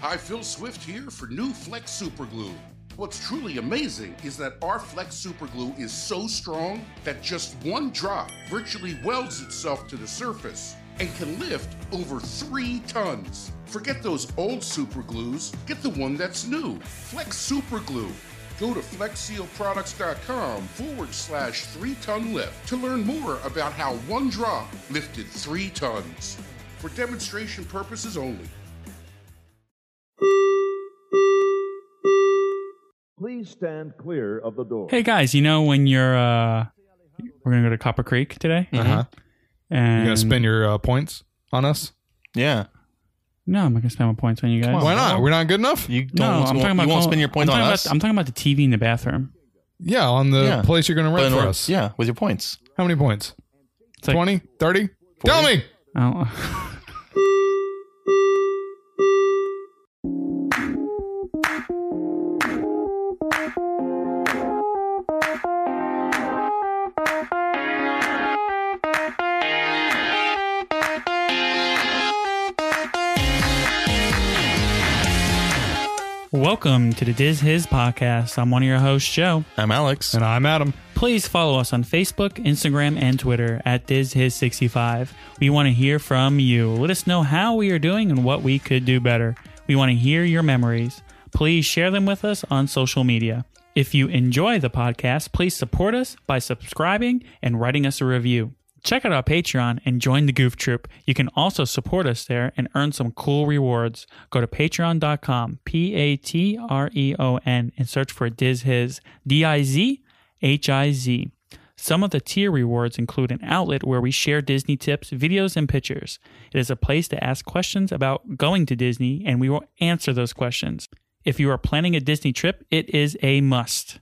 Hi, Phil Swift here for new Flex Super Glue. What's truly amazing is that our Flex Super Glue is so strong that just one drop virtually welds itself to the surface and can lift over three tons. Forget those old super glues, get the one that's new Flex Super Glue. Go to flexsealproducts.com forward slash three ton lift to learn more about how one drop lifted three tons. For demonstration purposes only. Please stand clear of the door. Hey guys, you know when you're uh we're gonna go to Copper Creek today, Uh-huh. and You gonna spend your uh, points on us? Yeah. No, I'm not gonna spend my points on you guys. Why not? We're not good enough. You No, don't. I'm talking about you won't call- spend your points I'm on talking us. About, I'm talking about the TV in the bathroom. yeah, on the Yeah. place you're gonna but rent in for order- us. Yeah, with your points. How many points? It's like, 20? 30? Tell me. I don't- Welcome to the Diz His podcast. I'm one of your hosts, Joe. I'm Alex. And I'm Adam. Please follow us on Facebook, Instagram, and Twitter at DizHiz65. We want to hear from you. Let us know how we are doing and what we could do better. We want to hear your memories. Please share them with us on social media. If you enjoy the podcast, please support us by subscribing and writing us a review. Check out our Patreon and join the Goof Troop. You can also support us there and earn some cool rewards. Go to patreon.com, P A T R E O N, and search for Diz His, D I Z HIZ. Some of the tier rewards include an outlet where we share Disney tips, videos, and pictures. It is a place to ask questions about going to Disney, and we will answer those questions. If you are planning a Disney trip, it is a must.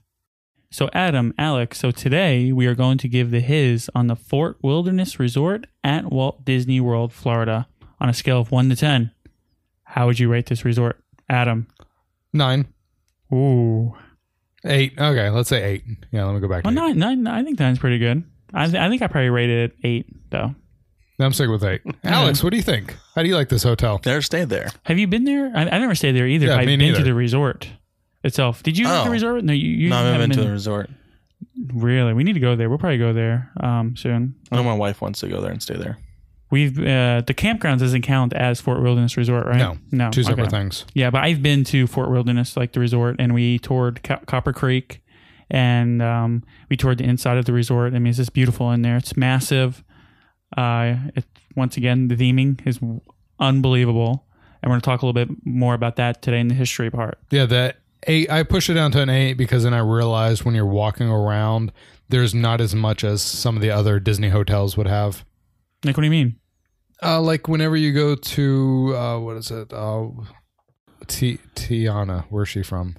So, Adam, Alex, so today we are going to give the his on the Fort Wilderness Resort at Walt Disney World, Florida, on a scale of 1 to 10. How would you rate this resort? Adam. Nine. Ooh. Eight. Okay, let's say eight. Yeah, let me go back. Well, to eight. nine, nine, I think nine's pretty good. I, th- I think I probably rated it eight, though. I'm sick with eight. Alex, what do you think? How do you like this hotel? Never stayed there. Have you been there? I, I never stayed there either. Yeah, I've me been to neither. the resort itself. Did you go to the Oh. resort? No, you, you no, I haven't haven't been to the resort. Really, we need to go there. We'll probably go there um, soon. I know my wife wants to go there and stay there. We've uh, the campgrounds doesn't count as Fort Wilderness Resort, right? No. no, Two separate okay. things. Yeah, but I've been to Fort Wilderness, like the resort, and we toured Co- Copper Creek, and um, we toured the inside of the resort. I mean, it's just beautiful in there. It's massive. Uh, it, once again, the theming is unbelievable, and we're gonna talk a little bit more about that today in the history part. Yeah, that eight. I pushed it down to an eight because then I realized when you're walking around, there's not as much as some of the other Disney hotels would have. Nick, what do you mean? Uh, like whenever you go to uh, what is it? Uh, T- Tiana, where's she from?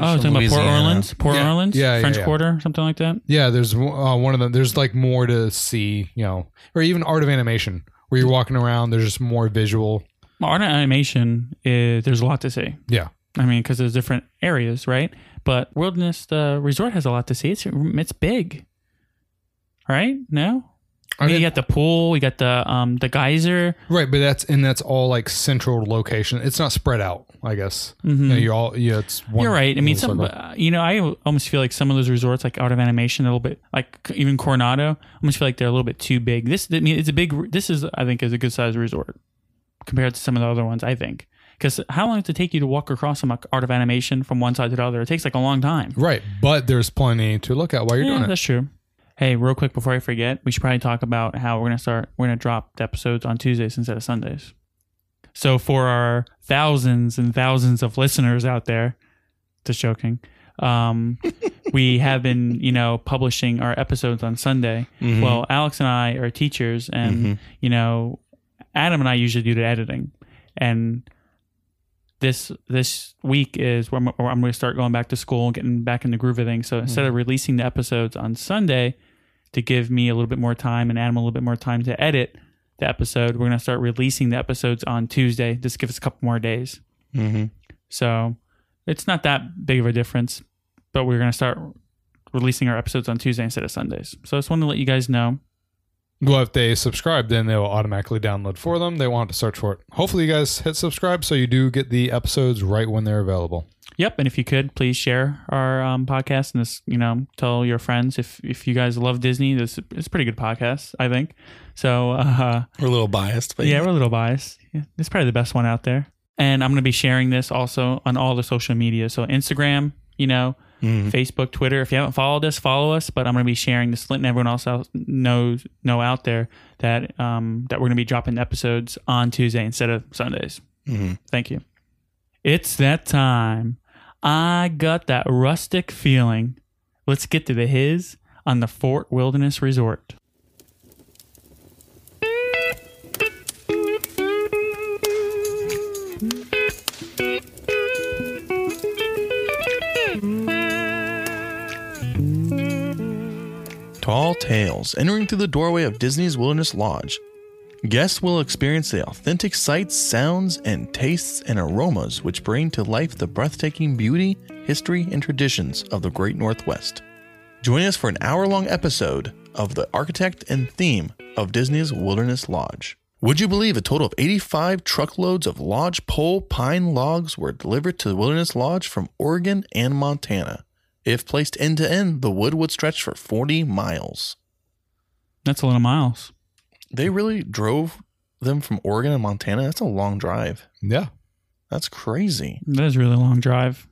Oh, from talking about Port Louisiana. Orleans, Port Yeah. Orleans, Yeah, yeah, French yeah. Quarter, something like that. Yeah, there's uh, one of them. There's like more to see, you know, or even Art of Animation, where you're walking around. There's just more visual. Well, art and animation is there's a lot to see. Yeah, I mean, because there's different areas, right? But Wilderness the resort has a lot to see. It's it's big, right? No, I I mean, mean- you got the pool, you got the um the geyser. right. But that's and that's all like central location. It's not spread out. I guess. You know, you're all. Yeah, it's. One Mm-hmm. You're right. I mean, little some circle. uh, you know, I almost feel like some of those resorts, like Art of Animation, a little bit like c- even Coronado, I almost feel like they're a little bit too big. This, I mean, it's a big. re- This is, I think, is a good sized resort compared to some of the other ones. I think because how long does it take you to walk across from like, Art of Animation from one side to the other? It takes like a long time. Right, but there's plenty to look at while you're yeah, doing it. that's true. Hey, real quick before I forget, we should probably talk about how we're gonna start. We're gonna drop the episodes on Tuesdays instead of Sundays. So for our thousands and thousands of listeners out there, just joking. Um, we have been, you know, publishing our episodes on Sunday. Mm-hmm. Well, Alex and I are teachers, and you know, Adam and I usually do the editing, and this this week is where I'm, where I'm going to start going back to school and getting back in the groove of things. So instead of releasing the episodes on Sunday to give me a little bit more time and Adam a little bit more time to edit the episode, we're going to start releasing the episodes on Tuesday. Just give us a couple more days. Mm-hmm. So it's not that big of a difference, but we're going to start releasing our episodes on Tuesday instead of Sundays. So I just wanted to let you guys know Well, if they subscribe, then they will automatically download for them. They won't have to search for it. Hopefully, you guys hit subscribe so you do get the episodes right when they're available. Yep, and if you could please share our um, podcast and this, you know, tell your friends if if you guys love Disney, this it's a pretty good podcast, I think. So uh, We're a little biased, but yeah, we're a little biased. Yeah, it's probably the best one out there. And I'm gonna be sharing this also on all the social media, so Instagram, you know, Mm. Facebook, Twitter. If you haven't followed us, follow us. But I'm going to be sharing this, letting everyone else out, knows know out there that um, that we're going to be dropping episodes on Tuesday instead of Sundays. Mhm. Thank you. It's that time. I got that rustic feeling. Let's get to the his on the Fort Wilderness Resort. Tall tales entering through the doorway of Disney's Wilderness Lodge. Guests will experience the authentic sights, sounds, and tastes and aromas which bring to life the breathtaking beauty, history, and traditions of the Great Northwest. Join us for an hour long episode of the architect and theme of Disney's Wilderness Lodge. Would you believe a total of 85 truckloads of lodge pole pine logs were delivered to the Wilderness Lodge from Oregon and Montana? If placed end to end, the wood would stretch for 40 miles. That's a lot of miles. They really drove them from Oregon and Montana. That's a long drive. Yeah. That's crazy. That is a really long drive.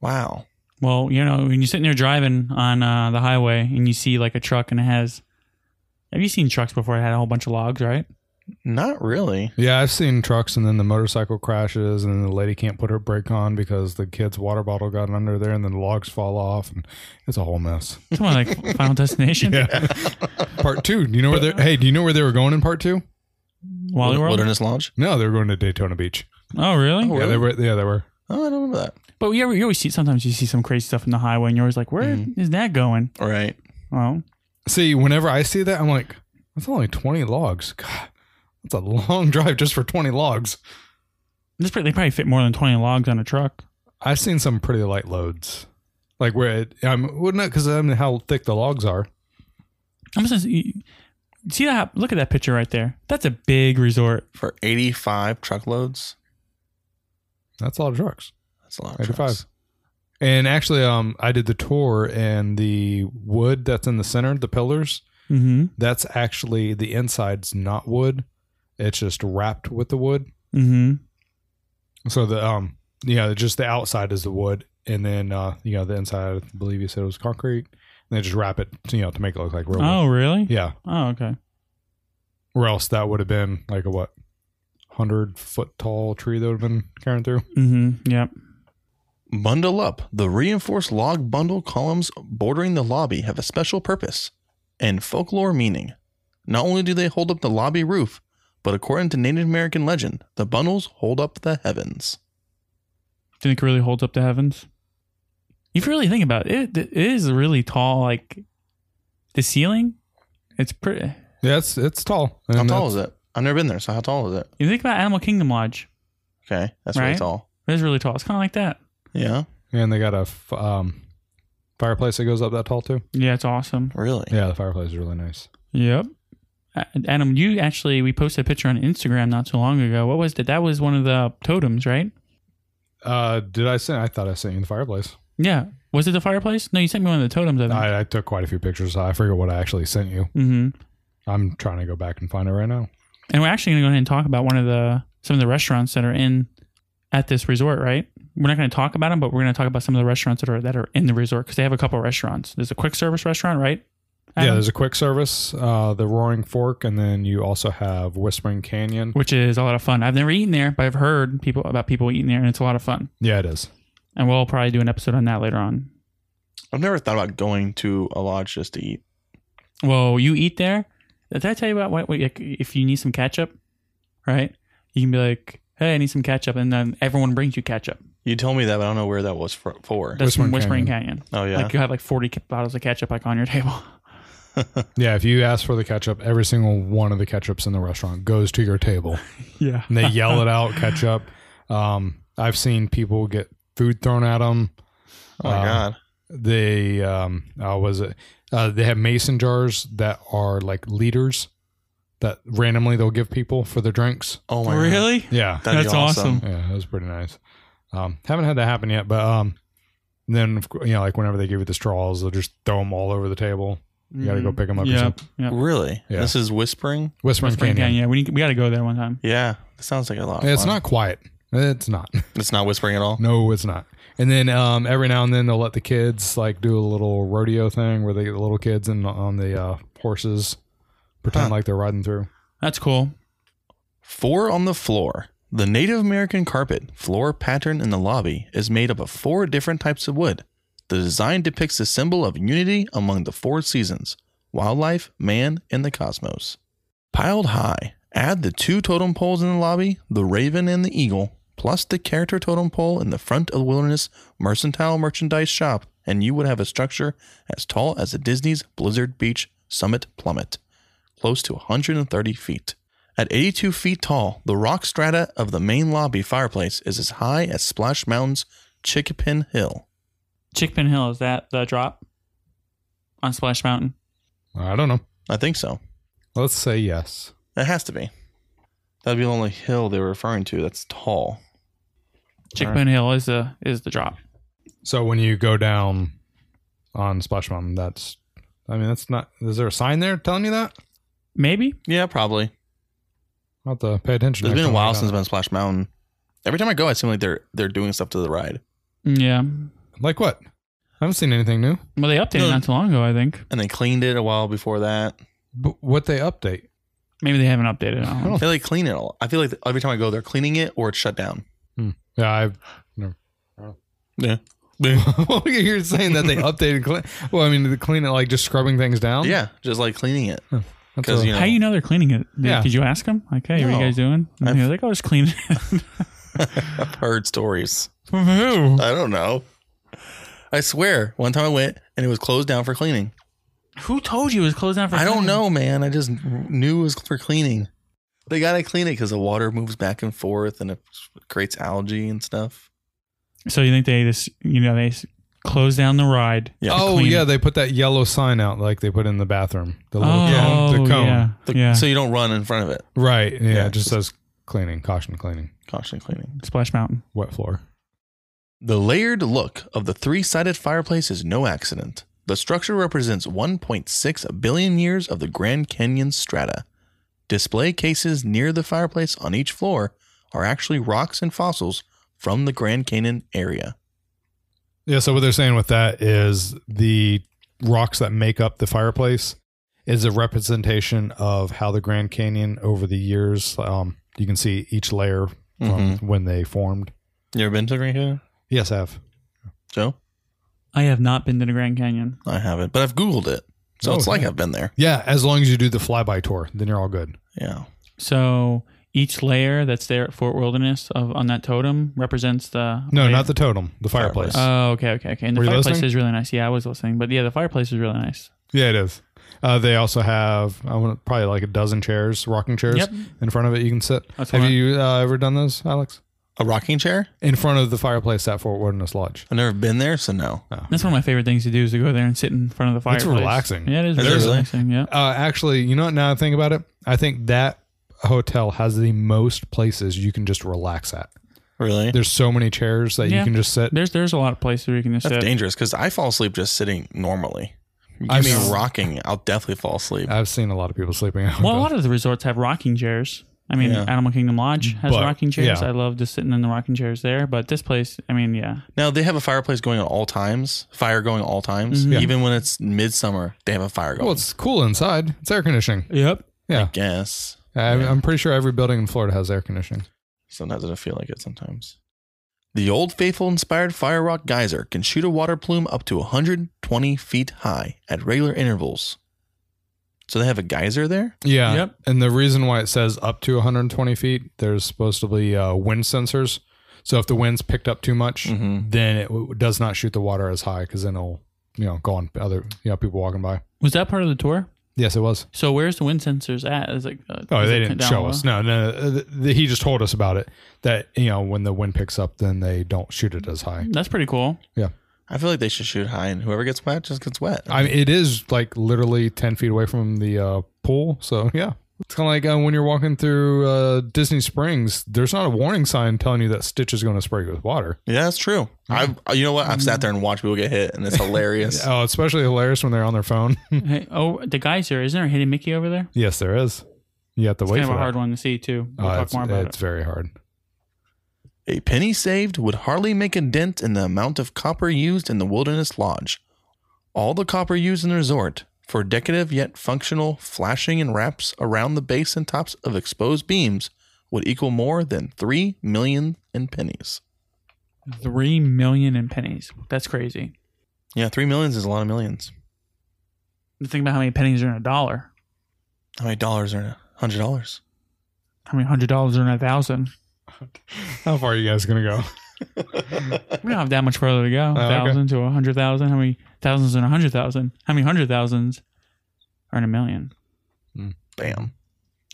Wow. Well, you know, when you're sitting there driving on uh, the highway and you see like a truck and it has. Have you seen trucks before? It had a whole bunch of logs, right? Not really. Yeah, I've seen trucks and then the motorcycle crashes and the lady can't put her brake on because the kid's water bottle got under there and then the logs fall off and it's a whole mess. It's more like Final Destination. part two. Do you know where they hey, do you know where they were going in part two? Wally World. Wilderness Lodge? No, they were going to Daytona Beach. Oh, really? Yeah, they were yeah, they were. Oh, I don't remember that. But you, ever, you always see sometimes you see some crazy stuff in the highway, and you're always like, "Where is that going?" All right. Oh, See, whenever I see that, I'm like, that's only twenty logs. God, that's a long drive just for twenty logs. this probably, they probably fit more than twenty logs on a truck. I've seen some pretty light loads. Like where it, I'm, well, not because I mean how thick the logs are. I'm just see that. Look at that picture right there. That's a big resort. For 85 truckloads? That's a lot of trucks. That's a lot of 85. trucks. And actually, um, I did the tour, and the wood that's in the center, the pillars, Mm-hmm. that's actually the inside's not wood. It's just wrapped with the wood. Mm-hmm. So the um, yeah, just the outside is the wood, and then uh, you know, the inside, I believe you said it was concrete. And they just wrap it, you know, to make it look like real. Oh, wood. really? yeah. Oh, okay. Or else that would have been like a what, hundred foot tall tree that would have been carrying through. Mm-hmm. Yep. Bundle up. The reinforced log bundle columns bordering the lobby have a special purpose and folklore meaning. Not only do they hold up the lobby roof, but according to Native American legend, the bundles hold up the heavens. Do you think it really holds up to heavens? If you really think about it, it, it is really tall. Like the ceiling, it's pretty. Yeah, it's it's tall. How And tall that's- is it? I've never been there, so how tall is it? You think about Animal Kingdom Lodge. Okay, that's Right? really tall. It is really tall. It's kind of like that. Yeah, And they got a f- um, fireplace that goes up that tall too. Yeah, it's awesome. really. Yeah, the fireplace is really nice. Yep. Uh, Adam, you actually we posted a picture on Instagram not too long ago. What was that? That was one of the totems, right? Uh, did I send? I thought I sent you the fireplace. Yeah. Was it the fireplace? No, you sent me one of the totems. I Mm-hmm. think. I, I took quite a few pictures. I forget what I actually sent you. mm-hmm. I'm trying to go back and find it right now. And we're actually going to go ahead and talk about one of the some of the restaurants that are in at this resort, right? We're not going to talk about them, but we're going to talk about some of the restaurants that are that are in the resort because they have a couple restaurants. There's a quick service restaurant, right? Yeah, Adam? there's a quick service, uh, the Roaring Fork, and then you also have Whispering Canyon. which is a lot of fun. I've never eaten there, but I've heard people about people eating there, and it's a lot of fun. Yeah, it is. And we'll probably do an episode on that later on. I've never thought about going to a lodge just to eat. Whoa, you eat there? Did I tell you about what, what like, if you need some ketchup, right? You can be like, "Hey, I need some ketchup," and then everyone brings you ketchup. You told me that, but I don't know where that was for. for. That's Whispering from Whispering Canyon. oh yeah, Like you have like forty ca- bottles of ketchup like on your table. Yeah, if you ask for the ketchup, every single one of the ketchups in the restaurant goes to your table. Yeah, And they yell it out, ketchup. Um, I've seen people get food thrown at them. oh my uh, god, They um, uh, was it Uh, they have mason jars that are like liters that randomly they'll give people for their drinks. Oh my God. really? Yeah, That'd be That's awesome. yeah, that was pretty nice. Um, haven't had that happen yet, but um, then of cour- you know, like whenever they give you the straws, they'll just throw them all over the table. You got to go pick them up. or Yeah. something. yeah. Really? Yeah. This is whispering? Whispering Spring Canyon. Canyon. Yeah, we, need, we got to go there one time. Yeah. That sounds like a lot. of It's fun. not quiet. It's not. It's not whispering at all. No, it's not. And then um, every now and then they'll let the kids like do a little rodeo thing where they get the little kids and on the uh, horses pretend Huh. like they're riding through. That's cool. Four on the floor. The Native American carpet floor pattern in the lobby is made up of four different types of wood. The design depicts the symbol of unity among the four seasons wildlife, man, and the cosmos. Piled high, add the two totem poles in the lobby, the raven and the eagle, plus the character totem pole in the front of the Wilderness Mercantile Merchandise Shop, and you would have a structure as tall as the Disney's Blizzard Beach Summit Plummet, close to 130 feet. At 82 feet tall, the rock strata of the main lobby fireplace is as high as Splash Mountain's Chickapin Hill. Chickpin Hill, is that the drop on Splash Mountain? I don't know. I think so. Let's say yes. That has to be. That'd be the only hill they were referring to that's tall. Chickpin Hill is the is the drop. So when you go down on Splash Mountain, that's I mean that's not is there a sign there telling you that? Maybe? Yeah, probably. I'll have to pay attention. It's next been a time I while go since I've down. been to Splash Mountain. Every time I go, I seem like they're they're doing stuff to the ride. Yeah. Like what? I haven't seen anything new. Well, they updated No. not too long ago, I think. And they cleaned it a while before that. But what they update? Maybe they haven't updated it. I Oh. don't know. They like clean it all. I feel like every time I go, they're cleaning it or it's shut down. Yeah, I've Yeah. well, you're saying that they updated. Clean, well, I mean, the clean it like just scrubbing things down. Yeah, just like cleaning it. That's 'Cause, a- you know- How do you know they're cleaning it? Did, Yeah. did you ask them? Like, hey, what are No. you guys doing? And I've- they're like, oh, just cleaning it. I've heard stories. From who? I don't know. I swear, one time I went and it was closed down for cleaning. Who told you it was closed down for I don't cleaning? know, man. I just knew it was for cleaning. They gotta clean it because the water moves back and forth and it creates algae and stuff. So you think they just, you know, they s- close down the ride? Yeah. to Oh clean yeah, it? they put that yellow sign out like they put in the bathroom. The little oh, cone, the cone. yeah. The- yeah. So you don't run in front of it. Right. Yeah, Yeah, it just just- says cleaning, caution cleaning, Caution cleaning. Splash Mountain. wet floor. The layered look of the three sided fireplace is no accident. The structure represents 1.6 billion years of the Grand Canyon strata. Display cases near the fireplace on each floor are actually rocks and fossils from the Grand Canyon area. Yeah, so what they're saying with that is the rocks that make up the fireplace is a representation of how the Grand Canyon over the years um you can see each layer from Mm-hmm. when they formed. You ever been to the Grand Canyon? Yes, I have. Joe? I have not been to the Grand Canyon. I haven't, but I've Googled it. So Oh, it's like yeah. I've been there. Yeah, as long as you do the flyby tour, then you're all good. Yeah. So each layer that's there at Fort Wilderness of on that totem represents the No, layer- not the totem, the fireplace. Fireplace. Oh, okay, okay, okay. And the Were you fireplace listening? is really nice. Yeah, I was listening, but yeah, the fireplace is really nice. Yeah, it is. Uh, they also have I want probably like a dozen chairs, rocking chairs Yep. in front of it. You can sit. That's have what I- you uh, ever done those, Alex? A rocking chair? In front of the fireplace at Fort Wilderness Lodge. I've never been there, so no. That's one of my favorite things to do is to go there and sit in front of the It's fireplace. relaxing. Yeah, it is Is it very really? relaxing. Yeah. Uh, actually, you know what? Now I think about it, I think that hotel has the most places you can just relax at. Really? There's so many chairs that you Yeah. can just sit. There's there's a lot of places where you can just That's sit. dangerous because I fall asleep just sitting normally. You I've Give me s- rocking, I'll definitely fall asleep. I've seen a lot of people sleeping. out. Well, a lot of the resorts have rocking chairs. I mean, Yeah. Animal Kingdom Lodge has But, rocking chairs. yeah. I love just sitting in the rocking chairs there. But this place, I mean, yeah, Now they have a fireplace going at all times, fire going at all times. Mhm. Yeah. Even when it's midsummer, they have a fire going. Mm-hmm. well, it's cool inside. It's air conditioning. yep. Yeah, yes. I, Yeah. I'm pretty sure every building in Florida has air conditioning. Sometimes I feel like it sometimes. The Old Faithful inspired Fire Rock Geyser can shoot a water plume up to 120 feet high at regular intervals. So they have a geyser there? Yeah. Yep. And the reason why it says up to 120 feet, there's supposed to be uh, wind sensors. So if the wind's picked up too much, Mm-hmm. Mhm. then it w- does not shoot the water as high because then it'll, you know, go on other, you know, people walking by. Was that part of the tour? Yes, it was. So where's the wind sensors at? Is it, uh, Oh, is they it didn't down show low? us. No, no. no. Th- th- he just told us about it that, you know, when the wind picks up, then they don't shoot it as high. That's pretty cool. Yeah. I feel like they should shoot high, and whoever gets wet just gets wet. I mean, it is like literally 10 feet away from the uh, pool. So, yeah. It's kind of like uh, when you're walking through uh, Disney Springs, there's not a warning sign telling you that Stitch is going to spray you with water. yeah, that's true. I've uh, you know what? I've Mm. sat there and watched people get hit, and it's hilarious. Oh, it's especially hilarious when they're on their phone. Hey, oh, the geyser. Isn't there a hidden Mickey over there? yes, there is. You have to It's wait kind of for a that. hard one to see, too. We'll Uh, talk it's, more about it's it. very hard. A penny saved would hardly make a dent in the amount of copper used in the Wilderness Lodge. All the copper used in the resort, for decorative yet functional flashing and wraps around the base and tops of exposed beams, would equal more than three million in pennies. Three million in pennies. That's crazy. Yeah, three millions is a lot of millions. Think about how many pennies are in a dollar. How many dollars are in a hundred dollars? How many hundred dollars are in a thousand? How far are you guys going to go? We don't have that much further to go. A Oh, okay. thousand to a hundred thousand. How many thousands in a hundred thousand? How many hundred thousands are in a million? Bam.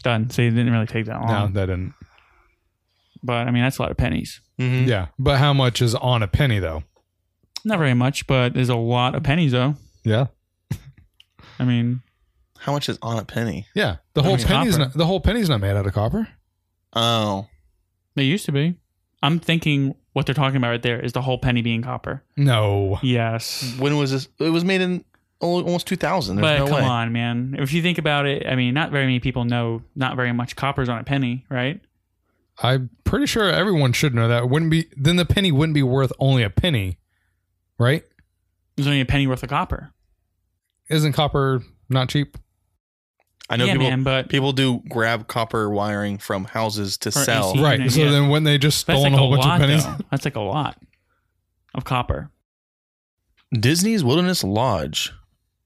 Done. So it didn't really take that no, long. that didn't. But I mean, that's a lot of pennies. Mm-hmm. Yeah. But how much is on a penny, though? Not very much, but there's a lot of pennies, though. Yeah. I mean, How much is on a penny? Yeah. The I whole mean, penny's copper. not, the whole penny's not made out of copper. Oh, they used to be. I'm thinking what they're talking about right there is the whole penny being copper. No. Yes. when was this? It was made in al- almost two thousand. but There's no come way. on, man. If you think about it, I mean, not very many people know not very much copper's on a penny, right? I'm pretty sure everyone should know that. Wouldn't be then the penny wouldn't be worth only a penny, right? There's only a penny worth of copper. Isn't copper not cheap? I know yeah, people. man, but People do grab copper wiring from houses to For sell. AC. Right. So yeah. then when they just that's stolen like a a, whole bunch lot, of pennies, though. That's like a lot of copper. Disney's Wilderness Lodge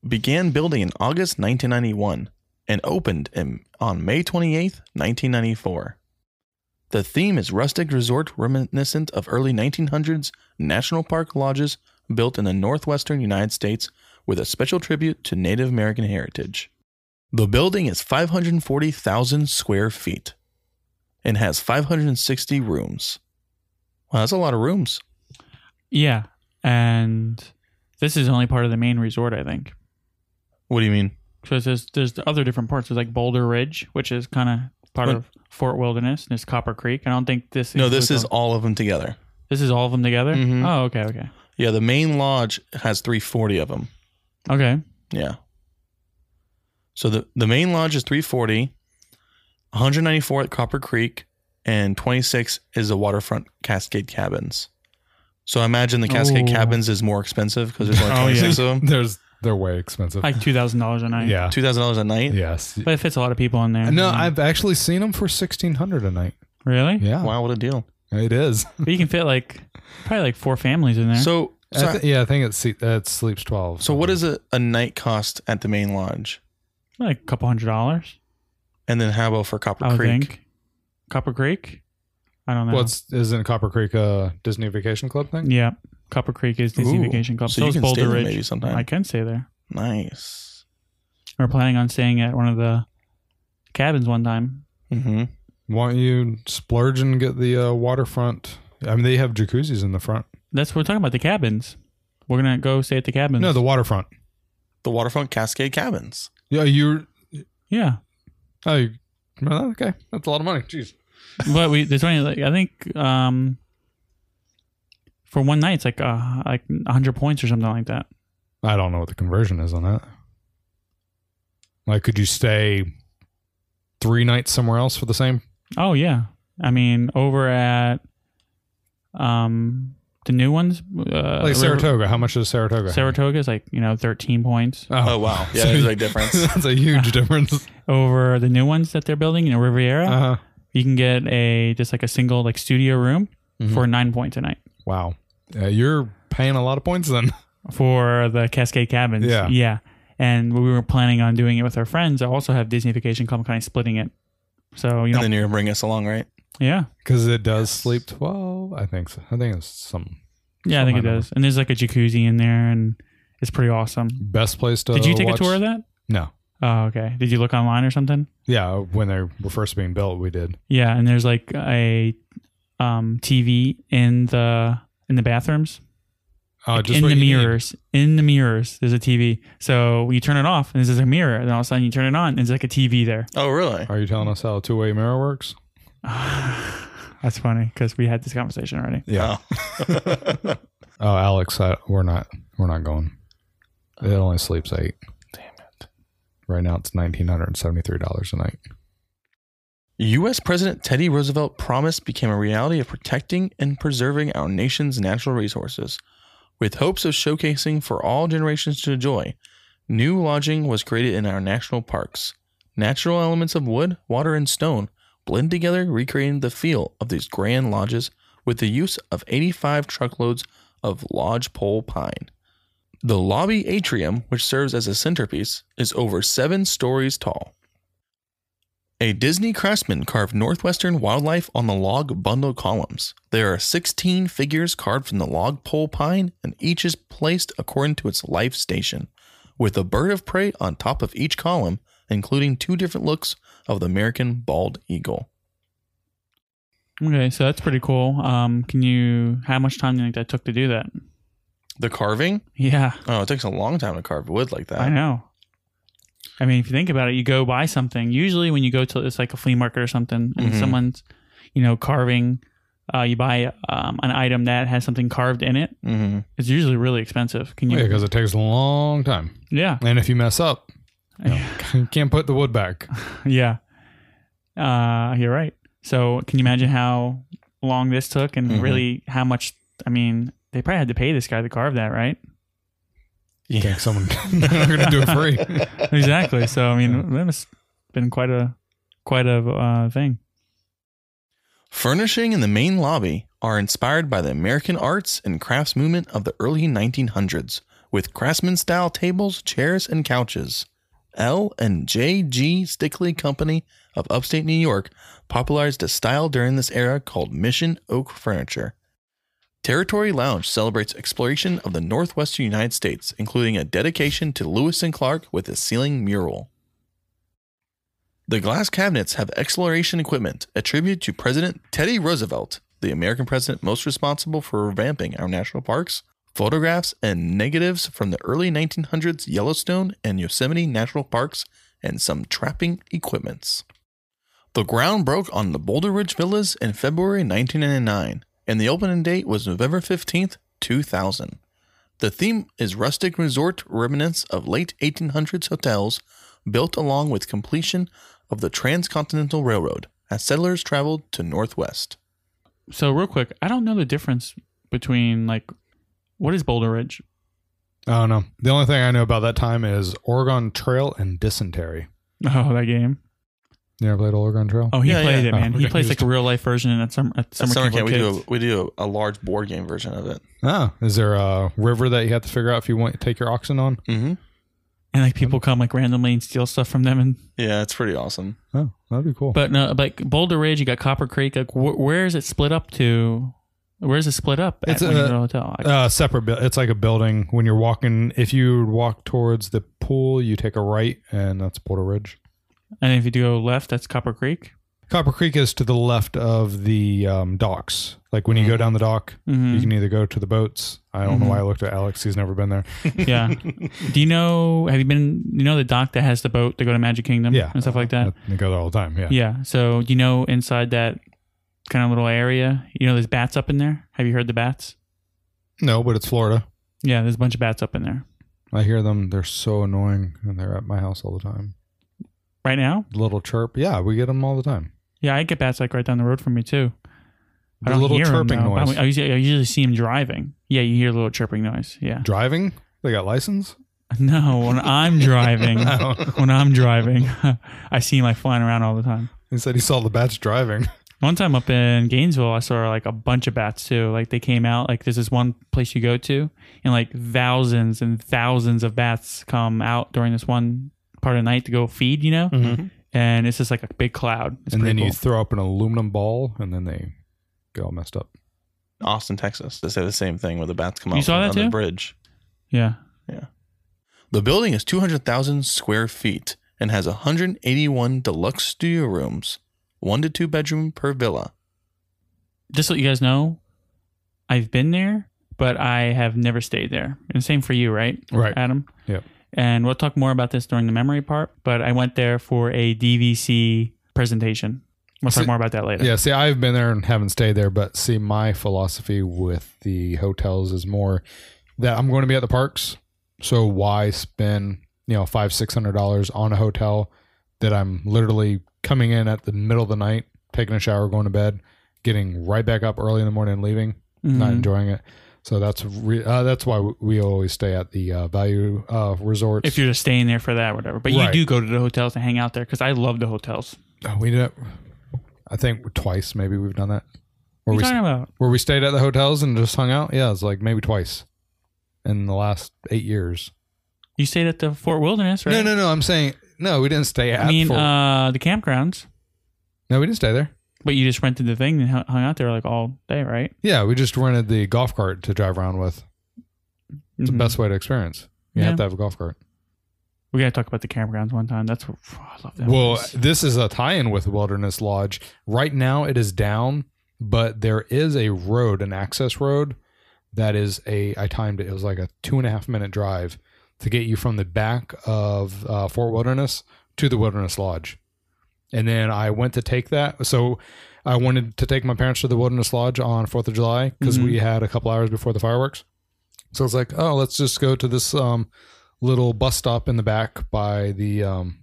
began building in August 1991 and opened in, on May 28, 1994. The theme is rustic resort reminiscent of early 1900s national park lodges built in the northwestern United States with a special tribute to Native American heritage. The building is 540,000 square feet and has 560 rooms. Wow, that's a lot of rooms. Yeah. And this is only part of the main resort, I think. What do you mean? Because there's there's the other different parts. There's like Boulder Ridge, which is kind of part But- of Fort Wilderness, and there's Copper Creek. I don't think this. No, this includes is all of them together. this is all of them together. Mhm. Oh, okay, okay, Yeah, the main lodge has 340 of them. okay. Yeah. So the, the main lodge is 340, 194 at Copper Creek, and 26 is the waterfront Cascade Cabins. So I imagine the Cascade Oh. Cabins is more expensive because there's only Oh, yeah. 26 of them. there's they're way expensive. Like two thousand dollars a night. yeah. $2,000 a night? Yes. but it fits a lot of people in there. No, I mean, I've actually seen them for sixteen hundred a night. really. Yeah, Wow, what a deal. it is. But you can fit like probably like four families in there. So, so, I thi- yeah, I think it's se- uh, it sleeps twelve. so what is a, a night cost at the main lodge? like a couple hundred dollars, And then how about for Copper I would Creek? think. Copper Creek. I don't know. What's isn't Copper Creek a Disney Vacation Club thing? yeah, Copper Creek is Disney Ooh, Vacation Club. So you is can Boulder stay there Ridge. maybe sometime. I can stay there. nice. We're planning on staying at one of the cabins one time. Mm-hmm. Why don't you splurge and get the uh, waterfront? I mean, they have jacuzzis in the front. That's what we're talking about. The cabins. We're gonna go stay at the cabins. No, the waterfront. The waterfront Cascade Cabins. Yeah, you're. yeah, Oh, you, well, okay. That's a lot of money. Jeez. but we there's only like I think um for one night it's like uh like hundred points or something like that. I don't know what the conversion is on that. Like, could you stay three nights somewhere else for the same? Oh yeah, I mean over at um the new ones uh, Like Saratoga. How much is Saratoga? Saratoga is like you know thirteen points Oh, wow. Yeah, there's a big difference. that's a huge difference. over the new ones that they're building in Riviera. Uh-huh. you can get a just like a single like studio room for nine points a night. Wow. Uh, you're paying a lot of points then. for the Cascade Cabins. Yeah. Yeah. And we were planning on doing it with our friends. I also have Disney Vacation Club kind of splitting it. So, you And know, then you're gonna bring us along, right? yeah. Because it does sleep 12. I think so. I think it's some Yeah, I think it Something like does. And there's like a jacuzzi in there and it's pretty awesome. best place to. Did you take watch- a tour of that? No. Oh, okay. Did you look online or something? Yeah, when they were first being built, we did. Yeah, and there's like a um, TV in the in the bathrooms. Uh, Like, just in what the you need. mirrors, in the mirrors, there's a TV. So you turn it off, and there's a mirror. And all of a sudden, you turn it on, and there's like a TV there. Oh, really? Are you telling us how a two way mirror works? That's funny because we had this conversation already. Yeah. oh, Alex, I, we're not we're not going. It only sleeps eight. Oh. Damn it! Right now it's nineteen hundred and seventy three dollars a night. U.S. President Teddy Roosevelt promise became a reality of protecting and preserving our nation's natural resources. With hopes of showcasing for all generations to enjoy, new lodging was created in our national parks. Natural elements of wood, water, and stone blend together, recreating the feel of these grand lodges with the use of 85 truckloads of lodgepole pine. The lobby atrium, which serves as a centerpiece, is over seven stories tall. A Disney craftsman carved northwestern wildlife on the log bundle columns. There are 16 figures carved from the log pole pine, and each is placed according to its life station, with a bird of prey on top of each column, including two different looks of the American bald eagle. Okay, so that's pretty cool. Um, can you? How much time do you think that took to do that? The carving? Yeah, Oh, it takes a long time to carve wood like Uh, that. I know. I mean, if you think about it, you go buy something. Usually, when you go to it's like a flea market or something, and Mm-hmm. Mhm. someone's, you know, carving. Uh, you buy um, an item that has something carved in it. hmm It's usually really expensive. Can you? Oh, Yeah, because it takes a long time, yeah, and if you mess up, you know, you can't put the wood back. yeah. Uh, you're right. So, can you imagine how long this took, and Mhm. really how much? I mean, they probably had to pay this guy to carve that, right? Yeah. Think someone they're not going to do it free. exactly. So I mean, that has been quite a quite a uh, thing. Furnishing in the main lobby are inspired by the American arts and crafts movement of the early 1900s, with craftsman style tables, chairs, and couches. L and J G Stickley Company of upstate New York popularized a style during this era called Mission Oak furniture. Territory Lounge celebrates exploration of the northwestern United States, including a dedication to Lewis and Clark with a ceiling mural. The glass cabinets have exploration equipment, a tribute to President Teddy Roosevelt, the American president most responsible for revamping our national parks, photographs and negatives from the early 1900s Yellowstone and Yosemite national parks, and some trapping equipments. The ground broke on the Boulder Ridge Villas in February 1999, and the opening date was November 15th, 2000. The theme is rustic resort remnants of late 1800s hotels built along with completion of the Transcontinental Railroad as settlers traveled to Northwest. So real quick, I don't know the difference between like what is Boulder Ridge. I don't know. The only thing I know about that time is Oregon Trail and dysentery. Oh, that game. You ever played Oregon Trail? Oh, he Yeah, played yeah. it, man. Oh, He okay. plays like a real life version at summer at At summer, summer camp, we for do, kids. a, we do a, a large board game version of it. Ah, is there a river that you have to figure out if you want to take your oxen on? Mm-hmm. and like people come like randomly and steal stuff from them. And Yeah, it's pretty awesome. Oh, that'd be cool. but no, like Boulder Ridge, you got Copper Creek. Like wh- where is it split up to? Where is it split up at It's when you go a- to the hotel? Like, uh, separate. Bu- it's like a building. When you're walking, if you walk towards the pool, you take a right, and that's Boulder Ridge. and if you do go left, that's Copper Creek. Copper Creek is to the left of the um, docks. Like when you Mm-hmm. go down the dock, you Mhm. can either go to the boats. I don't Mm-hmm. know why I looked at Alex. He's never been there. Yeah. do you know? Have you been? You know the dock that has the boat to go to Magic Kingdom? Yeah. and stuff like that. You go there all the time. Yeah. Yeah. So you know inside that kind of little area, you know there's bats up in there. Have you heard the bats? No, but it's Florida. Yeah, there's a bunch of bats up in there I hear them. They're so annoying, and they're at my house all the time. right now. Little chirp. Yeah, we get them all the time. Yeah, I get bats like right down the road from me too. I The don't little hear 'em, chirping though, but noise. I usually, I usually see them driving. Yeah, you hear a little chirping noise. Yeah. Driving? They got license? No, when I'm driving, No. when I'm driving, I see 'em like flying around all the time. He said he saw the bats driving. One time up in Gainesville, I saw like a bunch of bats too. Like they came out. Like there's this one place you go to, and like thousands and thousands of bats come out during this one part of the night to go feed. You know, and it's just like a big cloud. It's Mm-hmm. and then pretty you cool. throw up an aluminum ball, and then they get all messed up. Austin, Texas. They say the same thing where the bats come You out saw on that the too? bridge. yeah. The building is 200,000 square feet and has 181 deluxe studio rooms, one to two bedroom per villa. Just so you guys know, I've been there, but I have never stayed there. And same for you, right? Right. Adam? Yep. And we'll talk more about this during the memory part, but I went there for a DVC presentation. We'll talk See- more about that later. Yeah, see, I've been there and haven't stayed there, but see, my philosophy with the hotels is more that I'm going to be at the parks, so why spend you know five six hundred dollars on a hotel that I'm literally coming in at the middle of the night, taking a shower, going to bed, getting right back up early in the morning, and leaving, not Mhm. enjoying it. So that's re- uh, that's why we always stay at the uh, value uh, resorts. If you're just staying there for that, whatever. But you Right. do go to the hotels and hang out there because I love the hotels. Oh, we did, it- I think twice maybe we've done that. What Where are you we talking about? where we stayed at the hotels and just hung out. Yeah, it's like maybe twice in the last eight years. You stayed at the Fort Wilderness, right? No, no, no. I'm saying no. We didn't stay at. I mean, Fort- uh, the campgrounds. no, we didn't stay there. But you just rented the thing and hung hung out there like all day, right? Yeah, we just rented the golf cart to drive around with. It's Mhm. the best way to experience. You Yeah. have to have a golf cart. We gotta talk about the campgrounds one time. That's what oh, I love that. well, place. this is a tie-in with Wilderness Lodge. Right now, it is down, but there is a road, an access road, that is a. I timed it. It was like a two and a half minute drive to get you from the back of uh, Fort Wilderness to the Wilderness Lodge, and then I went to take that. So I wanted to take my parents to the Wilderness Lodge on Fourth of July because Mhm. we had a couple hours before the fireworks. So it's like, oh, let's just go to this um, little bus stop in the back by the um,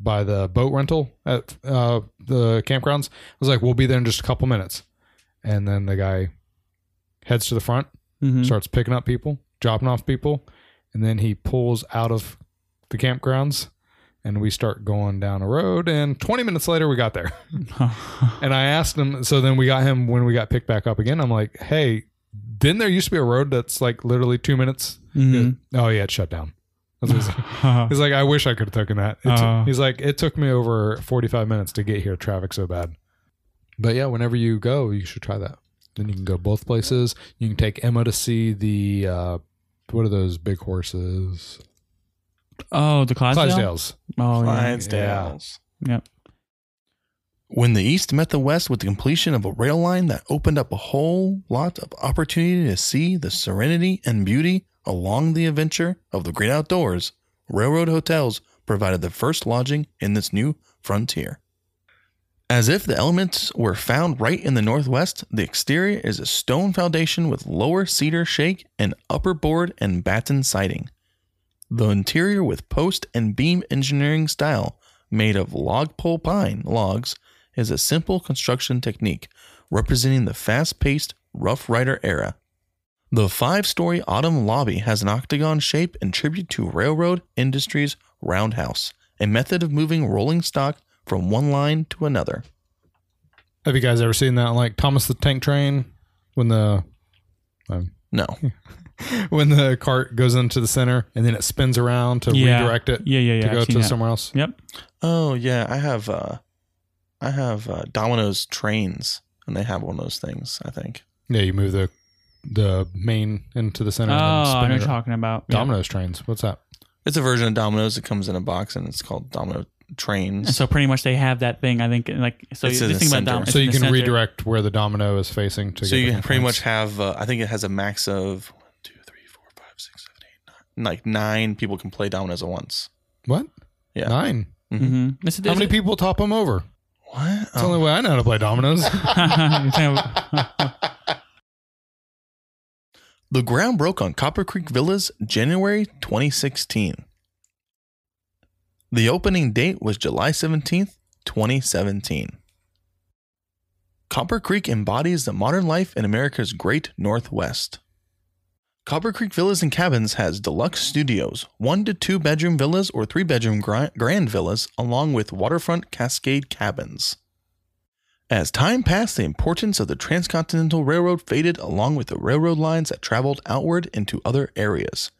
by the boat rental at uh, the campgrounds. I was like, we'll be there in just a couple minutes. And then the guy heads to the front, Mhm. starts picking up people, dropping off people, and then he pulls out of the campgrounds and we start going down a road and 20 minutes later we got there. Mm-hmm. and I asked him so then we got him when we got picked back up again. I'm like, "Hey, didn't there used to be a road that's like literally 2 minutes?" Mhm. Oh yeah, it shut down. That's what he said. He's like, I wish I could have taken that. It took- Uh. he's like, it took me over 45 minutes to get here. Traffic so bad. But yeah, whenever you go, you should try that. Then you can go both places. You can take Emma to see the uh, what are those big horses? oh, the Clydesdale. Clydesdales. Oh, yeah. Clydesdales. Yep. When the East met the West with the completion of a rail line that opened up a whole lot of opportunity to see the serenity and beauty along the adventure of the great outdoors, railroad hotels provided the first lodging in this new frontier. As if the elements were found right in the Northwest, the exterior is a stone foundation with lower cedar shake and upper board and batten siding. The interior with post and beam engineering style made of log pole pine logs is a simple construction technique representing the fast paced Rough Rider era. The five story autumn lobby has an octagon shape in tribute to Railroad Industries Roundhouse, a method of moving rolling stock from one line to another. Have you guys ever seen that? Like Thomas the Tank Train when the um, No. when the cart goes into the center and then it spins around to Yeah. redirect it Yeah, yeah, yeah. to I've go seen to that. somewhere else. Yep. Oh yeah, I have uh I have uh Domino's trains and they have one of those things, I think. Yeah, you move the the main into the Oh, center. and then I spin know it what you're talking about. Yeah. Domino's trains. What's that? It's a version of Domino's that comes in a box and it's called Domino Trains. So pretty much they have that thing. I think like so. It's you in just the think about center. Dom- it's so in you the can center. redirect where the domino is facing to So get you different pretty much points. have, uh, I think it has a max of one, two, three, four, five, six, seven, eight, nine, like nine people can play dominoes at once. what Yeah. nine Mhm. Mm-hmm. It's a- how it's many a- people top them over What? it's the only way i know how to play dominoes You're talking about- The ground broke on Copper Creek Villas January 2016. The opening date was July 17th, 2017. Copper Creek embodies the modern life in America's great Northwest. Copper Creek Villas and Cabins has deluxe studios, one to two bedroom villas or three bedroom gri- grand villas, along with waterfront cascade cabins. As time passed, the importance of the Transcontinental Railroad faded along with the railroad lines that traveled outward into other areas.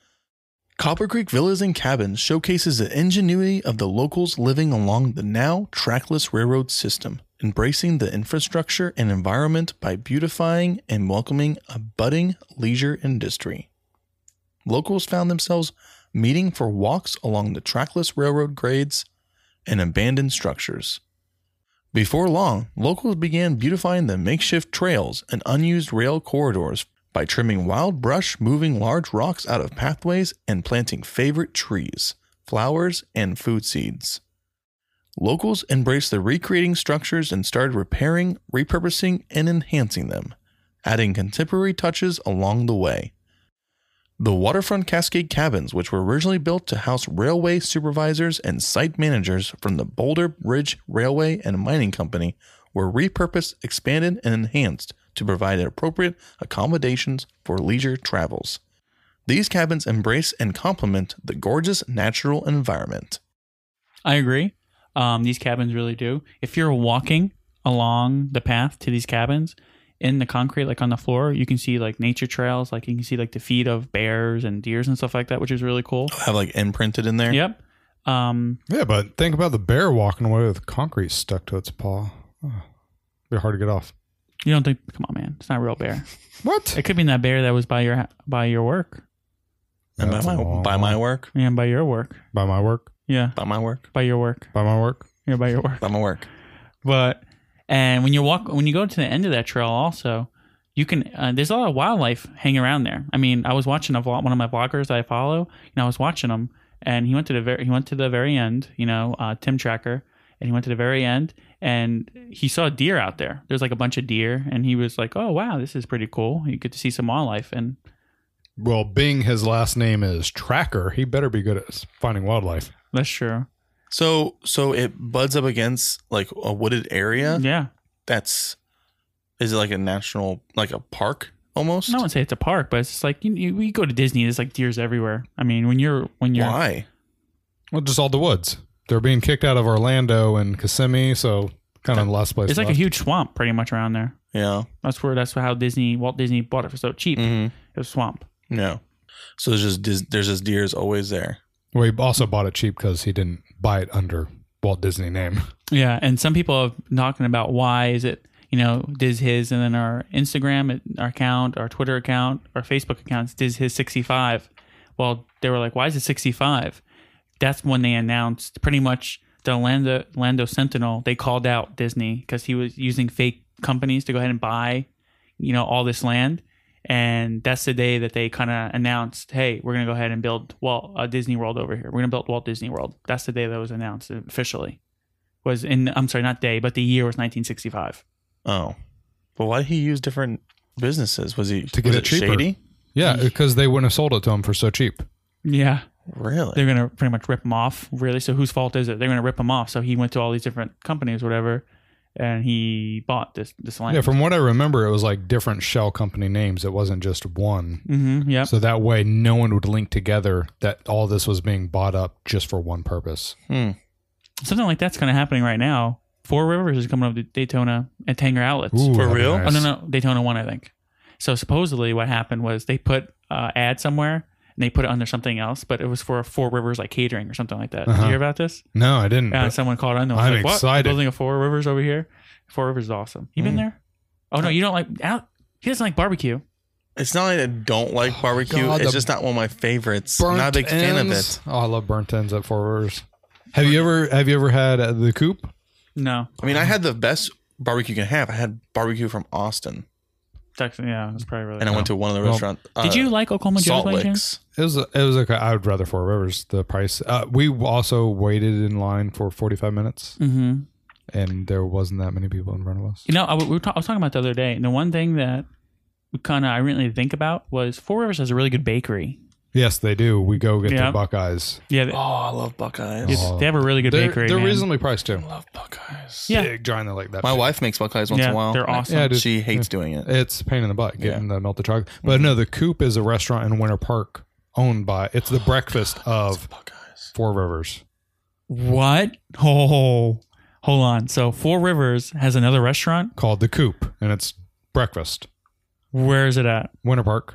Copper Creek Villas and Cabins showcases the ingenuity of the locals living along the now trackless railroad system, embracing the infrastructure and environment by beautifying and welcoming a budding leisure industry. Locals found themselves meeting for walks along the trackless railroad grades and abandoned structures. Before long, locals began beautifying the makeshift trails and unused rail corridors by trimming wild brush, moving large rocks out of pathways, and planting favorite trees, flowers, and food seeds. Locals embraced the recreating structures and started repairing, repurposing, and enhancing them, adding contemporary touches along the way. The waterfront Cascade cabins, which were originally built to house railway supervisors and site managers from the Boulder Bridge Railway and Mining Company, were repurposed, expanded, and enhanced to provide appropriate accommodations for leisure travels. These cabins embrace and complement the gorgeous natural environment. I agree. Um, these cabins really do. If you're walking along the path to these cabins in the concrete, like on the floor, you can see like nature trails. Like you can see like the feet of bears and deers and stuff like that, which is really cool. Have like imprinted in there. Yep. Um, Yeah, but think about the bear walking away with concrete stuck to its paw. Oh, be hard to get off. you don't think? Come on, man. It's not a real bear. What? It could be that bear that was by your ha- by your work. And by That's a my, long by my walk. work. Yeah, by your work. By my work. Yeah, By my work. by your work. By my work. Yeah, by your work. By my work. But and when you walk, when you go to the end of that trail, also you can. Uh, there's a lot of wildlife hanging around there. I mean, I was watching a vlog, one of my vloggers I follow, and I was watching him, and he went to the very, he went to the very end. You know, uh, Tim Tracker, and he went to the very end, and he saw deer out there. There's like a bunch of deer, and he was like, "Oh wow, this is pretty cool. You get to see some wildlife." And Well, being his last name is Tracker, he better be good at s- finding wildlife. that's true. So so it buds up against like a wooded area. Yeah, That's is it like a national like a park almost? I wouldn't say it's a park, but it's just like you, you, we go to Disney. There's like deers everywhere. I mean, when you're when you're Why? Well, just all the woods. They're being kicked out of Orlando and Kissimmee, so kind of the last place. it's like a left. huge swamp pretty much around there. Yeah. That's where that's how Disney Walt Disney bought it for so cheap. hmm It was swamp. No. So there's just dis- there's just deers always there. Well, he also bought it cheap because he didn't buy it under Walt Disney name. Yeah, and some people are talking about why is it you know Diz his and then our Instagram our account, our Twitter account, our Facebook accounts Diz his sixty five. Well, they were like, why is it sixty five? That's when they announced pretty much the Orlando, Orlando Sentinel. They called out Disney because he was using fake companies to go ahead and buy you know all this land. And that's the day that they kind of announced, "Hey, we're gonna go ahead and build Walt uh, Disney World over here. We're gonna build Walt Disney World." That's the day that was announced officially was in I'm sorry, not day, but the year was 1965. Oh. But why did he use different businesses? Was he To get was it cheaper. shady? Yeah, because they wouldn't have sold it to him for so cheap. Yeah, Really? they're gonna pretty much rip him off, really. So whose fault is it? They're gonna rip him off. So he went to all these different companies, whatever, and he bought this this land. Yeah, from what I remember, it was like different shell company names. It wasn't just one. mm-hmm, yep. So that way, no one would link together that all this was being bought up just for one purpose. Hmm. Something like that's kind of happening right now. Four Rivers is coming up to Daytona and Tanger Outlets. Ooh, For that'd be real? Oh no, no, Daytona one, I think. So supposedly, what happened was they put uh, ad somewhere and they put it under something else, but it was for Four Rivers like catering or something like that. Did Uh-huh. you hear about this? No, I didn't. Yeah, but- someone called in. and was I'm like, what? excited. Building a Four Rivers over here. Four Rivers is awesome. You been Mm. there? Oh no, you don't like. Al- He doesn't like barbecue. It's not like I don't like barbecue. Oh God, it's the just not one of my favorites. burnt not a big fan of ends. it. Oh, I love burnt ends at Four Rivers. Have you ever have you ever had uh, the coop? No, I mean, I had the best barbecue you can have. I had barbecue from Austin, Texas. Yeah, that's probably really. and I went to one of the Well, restaurants. Did you like Oklahoma Joe's Salt by any chance? Licks? It was it was okay. I would rather Four Rivers. The price. Uh, we also waited in line for forty five minutes, Mm-hmm. and there wasn't that many people in front of us. You know, I, w- we were ta- I was talking about the other day, and the one thing that we kind of I didn't really think about was Four Rivers has a really good bakery. Yes, they do. We go get Yeah. the Buckeyes. Yeah, they, Oh, I love Buckeyes. it's- Oh. they have a really good They're, bakery. they're man. reasonably priced too. I love Buckeyes. Yeah. Big giant they like that. My big. wife makes Buckeyes once yeah, in a while. they're awesome. Yeah, dude. Um, She hates Mm-hmm. doing it. It's a pain in the butt getting the melted chocolate. But no, the Coop is a restaurant in Winter Park owned by. It's the breakfast of Buckeyes. Four Rivers. What? Oh, hold on. So Four Rivers has another restaurant. called the Coop, and it's breakfast. Where is it at? Winter Park.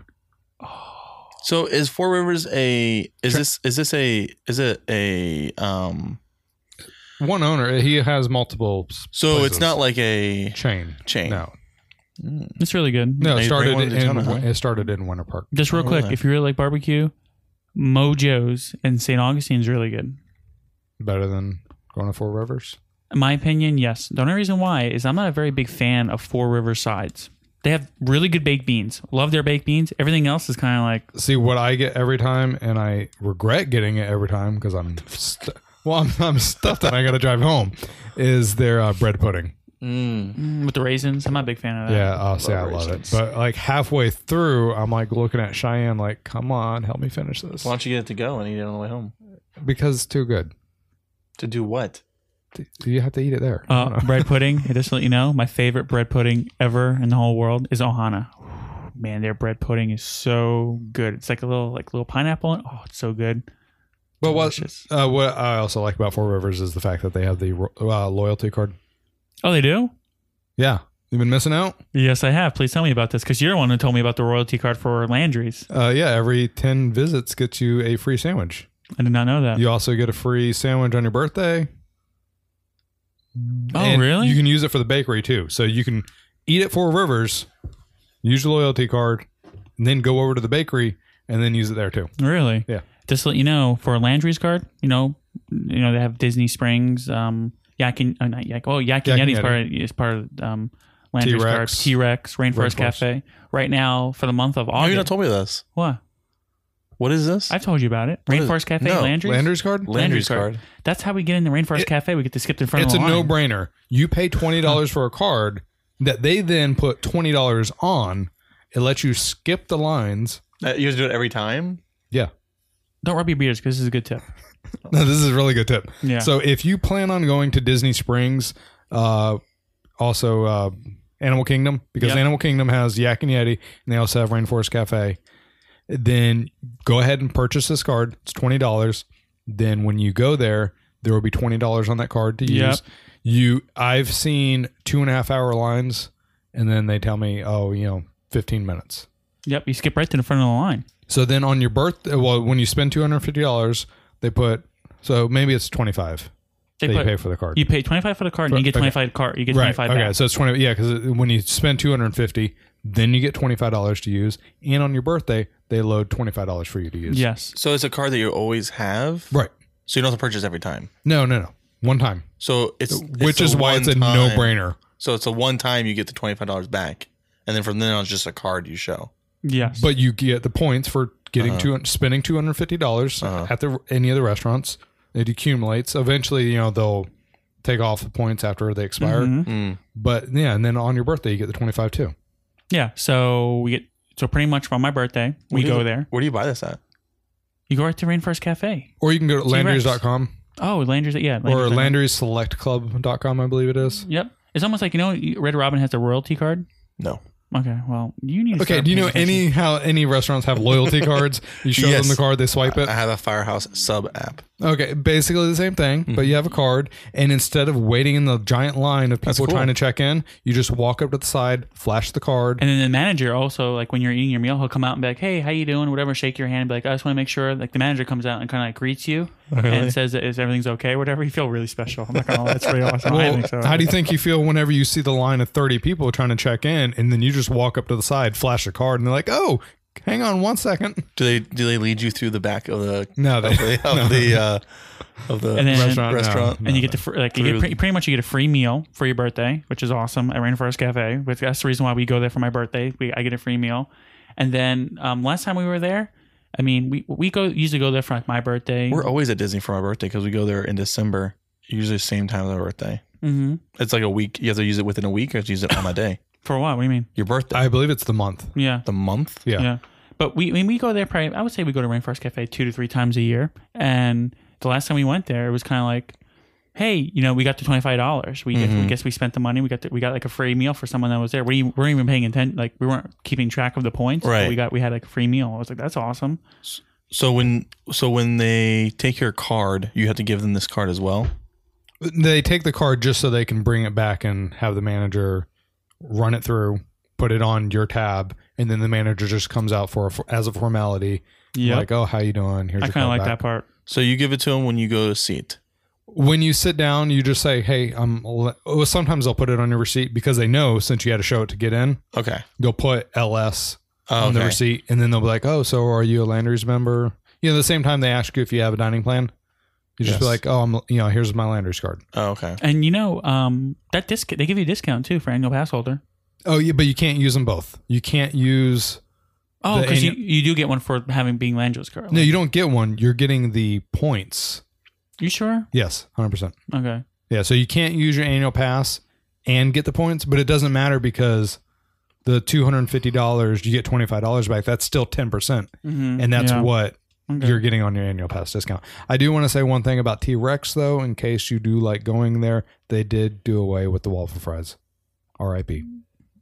So is Four Rivers a is this is this a is it a um One owner. eh, He has multiple. s- so places. it's not like a chain. chain. No, It's really good. no. They- It they started wanted to in. tell me, huh? It started in Winter Park. Just real Oh, quick, really? if you really like barbecue, Mojo's in St. Augustine's really good. Better than going to Four Rivers. In my opinion, yes. The only reason why is I'm not a very big fan of Four River sides. They have really good baked beans. Love their baked beans. Everything else is kind of like See what I get every time, and I regret getting it every time because I'm st- well, I'm, I'm stuffed and I got to drive home. Is their uh, bread pudding? Hmm. mm, with the raisins. I'm not a big fan of that. Yeah, oh, see, I love it. raisins. But like halfway through, I'm like looking at Cheyenne, like, "Come on, help me finish this," Why don't you get it to go and eat it on the way home? because it's too good. To do what? D- You have to eat it there. I don't Uh, know. bread pudding. Just to let you know, my favorite bread pudding ever in the whole world is Ohana. Man, their bread pudding is so good. It's like a little like little pineapple. and- Oh, it's so good. But what, delicious. uh, what I also like about Four Rivers is the fact that they have the ro- uh, loyalty card. Oh, they do? Yeah, you've been missing out. Yes, I have. Please tell me about this because you're the one who told me about the royalty card for Landry's. Uh, yeah, every ten visits gets you a free sandwich. I did not know that. You also get a free sandwich on your birthday. oh, And really? You can use it for the bakery too. So you can eat at Four Rivers, use your loyalty card, and then go over to the bakery and then use it there too. really? Yeah. Just to let you know, for Landry's card, you know, you know they have Disney Springs, um, Yak and oh, not Yak. Oh, Yak and Yak and Yeti's Yeti. part is part of um, Landry's T-Rex. card. T Rex, Rainforest Rainforest. Cafe. Right now, for the month of Oh, August. you not told me this. what? What is this? I told you about it. What is- Rainforest Cafe, No, Landry's. Landers card? Landry's card. That's how we get in the Rainforest Cafe. We get to skip in front It's a of the no line. brainer. You pay twenty dollars for a card that they then put twenty dollars on. It lets you skip the lines. Uh, you guys do it every time. Yeah. Don't rub your beards because this is a good tip. No, this is a really good tip. Yeah. So if you plan on going to Disney Springs, uh, also uh, Animal Kingdom, because Yep. Animal Kingdom has Yak and Yeti, and they also have Rainforest Cafe, then go ahead and purchase this card. It's twenty dollars. Then when you go there, there will be twenty dollars on that card to use. Yep. You, I've seen two and a half hour lines, and then they tell me, oh, you know, fifteen minutes. Yep, you skip right to the front of the line. So then on your birth, well, when you spend two hundred fifty dollars, they put so maybe it's twenty five They that you put- pay for the card. You pay twenty five for the card, and you get Okay. twenty five card. You get twenty right? five. Okay, back. so it's twenty. Yeah, because when you spend two hundred fifty, then you get twenty five dollars to use, and on your birthday they load twenty five dollars for you to use. yes. So it's a card that you always have, right. so you don't have to purchase every time. No, no, no. One time, So it's which the is why one it's a time- no brainer. So it's a one time you get the twenty five dollars back, and then from then on it's just a card you show. Yes. But you get the points for getting Uh-huh. two spending two hundred fifty dollars at the any of the restaurants. It accumulates. Eventually, you know they'll take off the points after they expire. Mm-hmm. Hmm. But yeah, and then on your birthday you get the twenty five too. yeah. So we get so pretty much on my birthday we Where do you- go there. Where do you buy this at? You go right to Rainforest Cafe. Or you can go to T-Rex. landry's.com Oh, Landry's. Yeah. or Landry's. landryselectclub.com, I believe it is. Yep. It's almost like you know you- Red Robin has the royalty card. No. Okay. Well, you need. To Okay, start do you know paying attention. any how any restaurants have loyalty cards? You show Yes. Uh, them the card, they swipe it. I have a Firehouse sub app. Okay, basically the same thing, but Mm-hmm. you have a card, and instead of waiting in the giant line of people cool. trying to check in, you just walk up to the side, flash the card. And then the manager also like when you're eating your meal, he'll come out and be like, "Hey, how you doing?" Whatever, shake your hand, and be like, "I just want to make sure." Like the manager comes out and kind of like greets you Oh, and says, that "Is everything's okay?" Whatever. You feel really special. I'm not gonna lie, that's pretty awesome. I well, think so. how do you think you feel whenever you see the line of 30 people trying to check in, and then you just walk up to the side, flash a card, and they're like, oh, hang on one second. Do they do they lead you through the back of the No, they- of the of the, uh, of the And then- restaurant? no, restaurant. no. and you get to fr- like you get Through- pre- pretty much you get a free meal for your birthday, which is awesome at Rainforest Cafe. Which that's the reason why we go there for my birthday. We, I get a free meal, and then um, last time we were there, I mean we we go usually go there for like my birthday. We're always at Disney for my birthday because we go there in December, usually the same time as my birthday. Mhm. It's like a week. You have to use it within a week, or you have to use it on my day, For what? What do you mean? your birthday, I believe it's the month. Yeah, the month. Yeah. yeah. But we I mean, we go there probably. I would say we go to Rainforest Cafe two to three times a year. And the last time we went there, it was kind of like, hey, you know, we got the twenty five dollars. We, Mm-hmm. we guess we spent the money. We got the, we got like a free meal for someone that was there. We weren't even paying attention. Like we weren't keeping track of the points. but Right. We got we had like a free meal. I was like, that's awesome. So when so when they take your card, you have to give them this card as well. They take the card just so they can bring it back and have the manager run it through, put it on your tab, and then the manager just comes out for a, as a formality. Yep. Like, oh, how you doing? Here's I your kind of card like back." that part. So you give it to them when you go to see it. When you sit down, you just say, hey, I'm. le- Oh, sometimes they'll put it on your receipt because they know since you had to show it to get in, Okay. they'll put LS Oh, on the okay. receipt, and then they'll be like, oh, so are you a Landry's member? You know, the same time they ask you if you have a dining plan, you just be Yes. like, oh, I'm. You know, here's my Landry's card. Oh, okay. And you know, um, that disc they give you a discount too for annual pass holder. Oh, yeah, but you can't use them both. You can't use Oh, The because you, annual- you do get one for having being Land Joe's car. no. You don't get one. You're getting the points. you sure? Yes, hundred percent. Okay. Yeah, so you can't use your annual pass and get the points, but it doesn't matter because the two hundred and fifty dollars you get twenty five dollars back. That's still ten percent, Mhm. and that's Yeah. what Okay. you're getting on your annual pass discount. I do want to say one thing about T Rex though, in case you do like going there, they did do away with the waffle fries. R.I.P.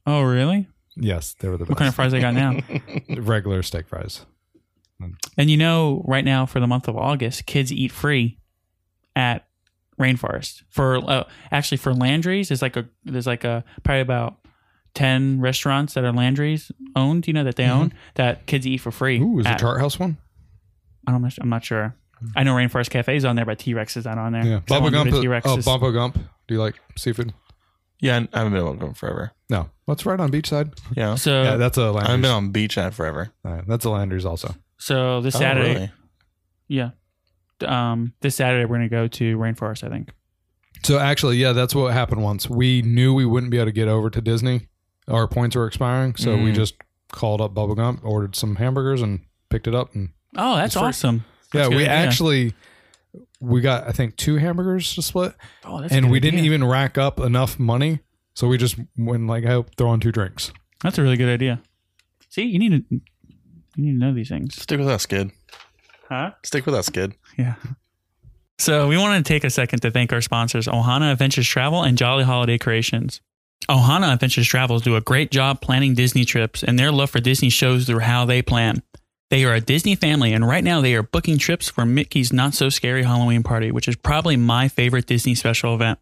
Oh, really? Yes, they were the best. What kind of fries they got now? regular steak fries? and you know, right now for the month of August, kids eat free at Rainforest. For uh, actually for Landry's, there's like a there's like a probably about ten restaurants that are Landry's owned. You know that they own that kids eat for free. Mm-hmm. Ooh, is the at- Chart House one? I don't, know, I'm not sure. I know Rainforest Cafe is on there, but T Rex is not on there. Yeah, So I Bubba wanna go Gump. to T-Rex's. Oh, Bumpo Gump. Do you like seafood? Yeah, I haven't been on them forever. No, that's right on beachside. Yeah. So yeah, that's a I haven't been Landry's. on beach ad forever. Uh, that's a Landry's also. so this Oh, Saturday, really? yeah, um, this Saturday we're gonna go to Rainforest. I think. So actually, yeah, that's what happened once. We knew we wouldn't be able to get over to Disney. Our points were expiring, so we Mm. just called up Bubba Gump, ordered some hamburgers, and picked it up. And Oh, that's It's free. awesome. yeah, That's we good, actually we got I think two hamburgers to split, Oh, that's a and good we didn't idea. even rack up enough money, so we just went like, "Oh, throw on two drinks." That's a really good idea. See, you need to you need to know these things, Stick with us, kid. huh? Stick with us, kid. Yeah. So we want to take a second to thank our sponsors, Ohana Adventures Travel and Jolly Holiday Creations. Ohana Adventures Travels do a great job planning Disney trips, and their love for Disney shows through how they plan. They are a Disney family, and right now they are booking trips for Mickey's Not So Scary Halloween Party, which is probably my favorite Disney special event.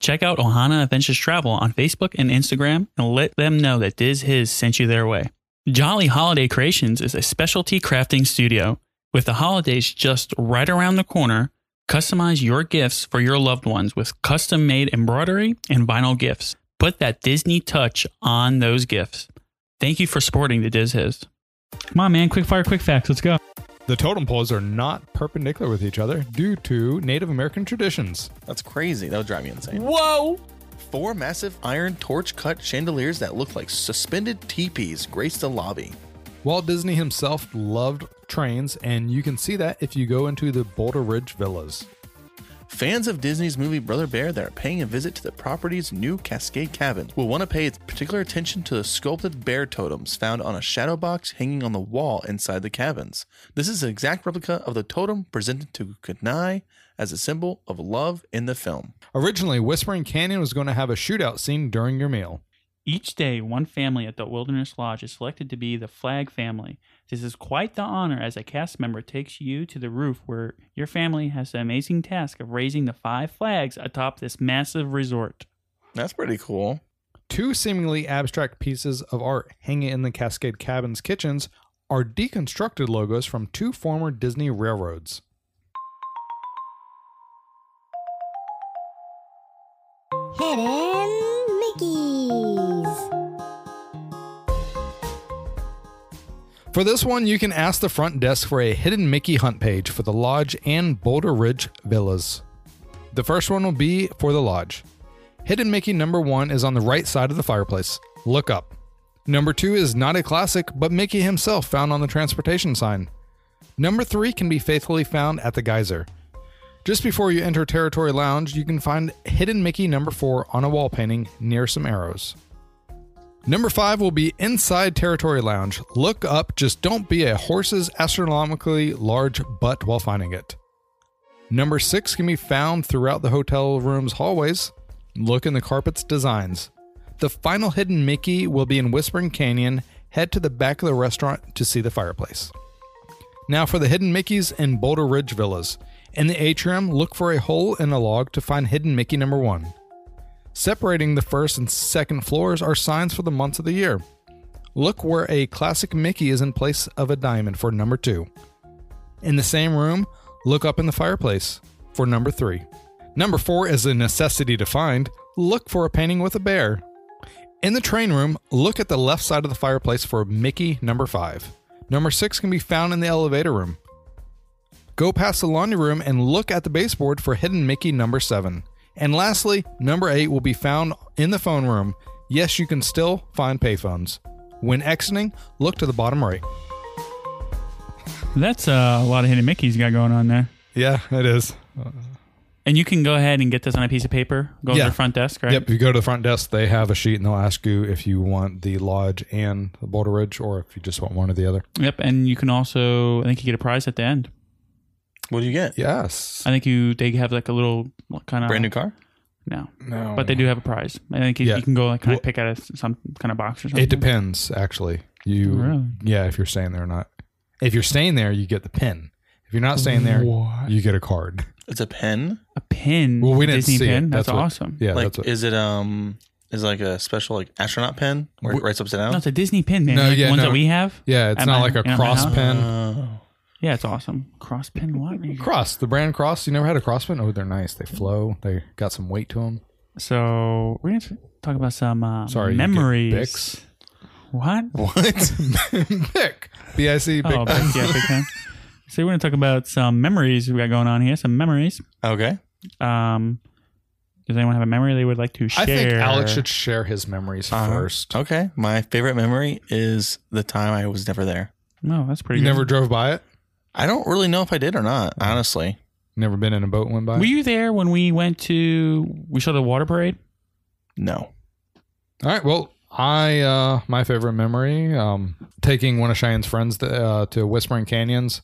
Check out Ohana Adventures Travel on Facebook and Instagram and let them know that Diz His sent you their way. Jolly Holiday Creations is a specialty crafting studio. With the holidays just right around the corner, customize your gifts for your loved ones with custom made embroidery and vinyl gifts. Put that Disney touch on those gifts. Thank you for supporting the Diz His. Come on, man. Quick fire, quick facts. Let's go. The totem poles are not perpendicular with each other due to Native American traditions. That's crazy. That would drive me insane. Whoa. Four massive iron torch cut chandeliers that look like suspended teepees grace the lobby. Walt Disney himself loved trains, and you can see that if you go into the Boulder Ridge Villas. Fans of Disney's movie Brother Bear that are paying a visit to the property's new Cascade Cabin will want to pay particular attention to the sculpted bear totems found on a shadow box hanging on the wall inside the cabins. This is an exact replica of the totem presented to Kenai as a symbol of love in the film. Originally, Whispering Canyon was going to have a shootout scene during your meal. Each day, one family at the Wilderness Lodge is selected to be the flag family. This is quite the honor as a cast member takes you to the roof where your family has the amazing task of raising the five flags atop this massive resort. That's pretty cool. Two seemingly abstract pieces of art hanging in the Cascade Cabin's kitchens are deconstructed logos from two former Disney railroads. Hidden Mickeys. For this one, you can ask the front desk for a hidden Mickey hunt page for the Lodge and Boulder Ridge Villas. The first one will be for the Lodge. Hidden Mickey number one is on the right side of the fireplace. Look up. Number two is not a classic, but Mickey himself found on the transportation sign. Number three can be faithfully found at the geyser. Just before you enter Territory Lounge, you can find Hidden Mickey number four on a wall painting near some arrows. Number five will be Inside Territory Lounge. Look up, just don't be a horse's astronomically large butt while finding it. Number six can be found throughout the hotel room's hallways. Look in the carpet's designs. The final hidden Mickey will be in Whispering Canyon. Head to the back of the restaurant to see the fireplace. Now for the hidden Mickeys in Boulder Ridge Villas. In the atrium, look for a hole in a log to find hidden Mickey number one. Separating the first and second floors are signs for the months of the year. Look where a classic Mickey is in place of a diamond for number two. In the same room, look up in the fireplace for number three. Number four is a necessity to find. Look for a painting with a bear. In the train room, look at the left side of the fireplace for Mickey number five. Number six can be found in the elevator room. Go past the laundry room and look at the baseboard for hidden Mickey number seven. And lastly, number eight will be found in the phone room. Yes, you can still find payphones. When exiting, look to the bottom right. That's uh, a lot of hidden Mickeys you got going on there. Yeah, it is. And you can go ahead and get this on a piece of paper, go to Yeah. their front desk, right? Yep, if you go to the front desk, they have a sheet and they'll ask you if you want the lodge and the Boulder Ridge or if you just want one or the other. Yep. And you can also, I think you get a prize at the end. What do you get? Yes. I think you they have like a little kind of Brand new car? No, No. but they do have a prize. I think you, Yeah. you can go like kind Well- of pick out a, some kind of box or something. It depends, actually. You Really? yeah, if you're staying there or not. If you're staying there, you get the pin. If you're not staying there, What? you get a card. It's a pen. A pin. Well, we didn't Disney see pin. it. That's, That's what- awesome. Yeah, like, that's what, is it um, is it like a special like astronaut pen where it Wh- writes upside down? No, it's a Disney pin, man. No, like yeah, ones no. that we have. yeah. It's Am not I- like a am I cross out? pen. Oh. Yeah, it's awesome. Cross pin. What? Uh, cross the brand cross. You never had a cross pin? Oh, they're nice. They flow. They got some weight to them. So we're gonna talk about some uh, Sorry, you get memories. Bics. What? What? Bic, B I C. Bic. Oh, Bic, yeah, Bic pen. So we're gonna talk about some memories we got going on here. Some memories. okay. Um, does anyone have a memory they would like to share? I think Alex should share his memories Uh-huh. first. Okay. My favorite memory is the time I was never there. No, that's pretty. You good. never drove by it. I don't really know if I did or not, Uh-huh. honestly. Never been in a boat and went by. Were it? you there when we went to we saw the water parade? No. All right. Well, I uh, my favorite memory um, taking one of Cheyenne's friends to, uh, to Whispering Canyons,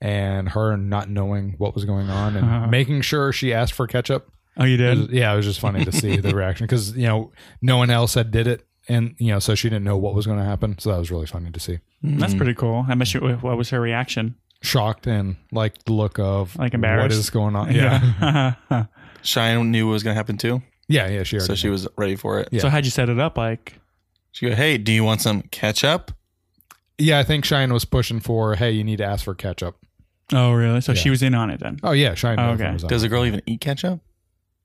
and her not knowing what was going on and Uh-huh. making sure she asked for ketchup. Oh, you It was- yeah, it was just funny to see the reaction because you know no one else had did it, and you know so she didn't know what was going to happen. So that was really funny to see. That's Mm-hmm. pretty cool. I miss you. What was her reaction? Shocked and like the look of Like embarrassed? What is going on? Yeah, Cheyenne knew what was going to happen too. yeah, yeah. She already. So she was ready for it. Yeah. So how'd you set it up? Like, She go, hey, do you want some ketchup? Uh-huh. yeah, I think Cheyenne was pushing for. Hey, you need to ask for ketchup. oh really? So she Yeah. was in on it then. Oh yeah, Cheyenne. Oh, knows okay. what was up. Does a girl even eat ketchup?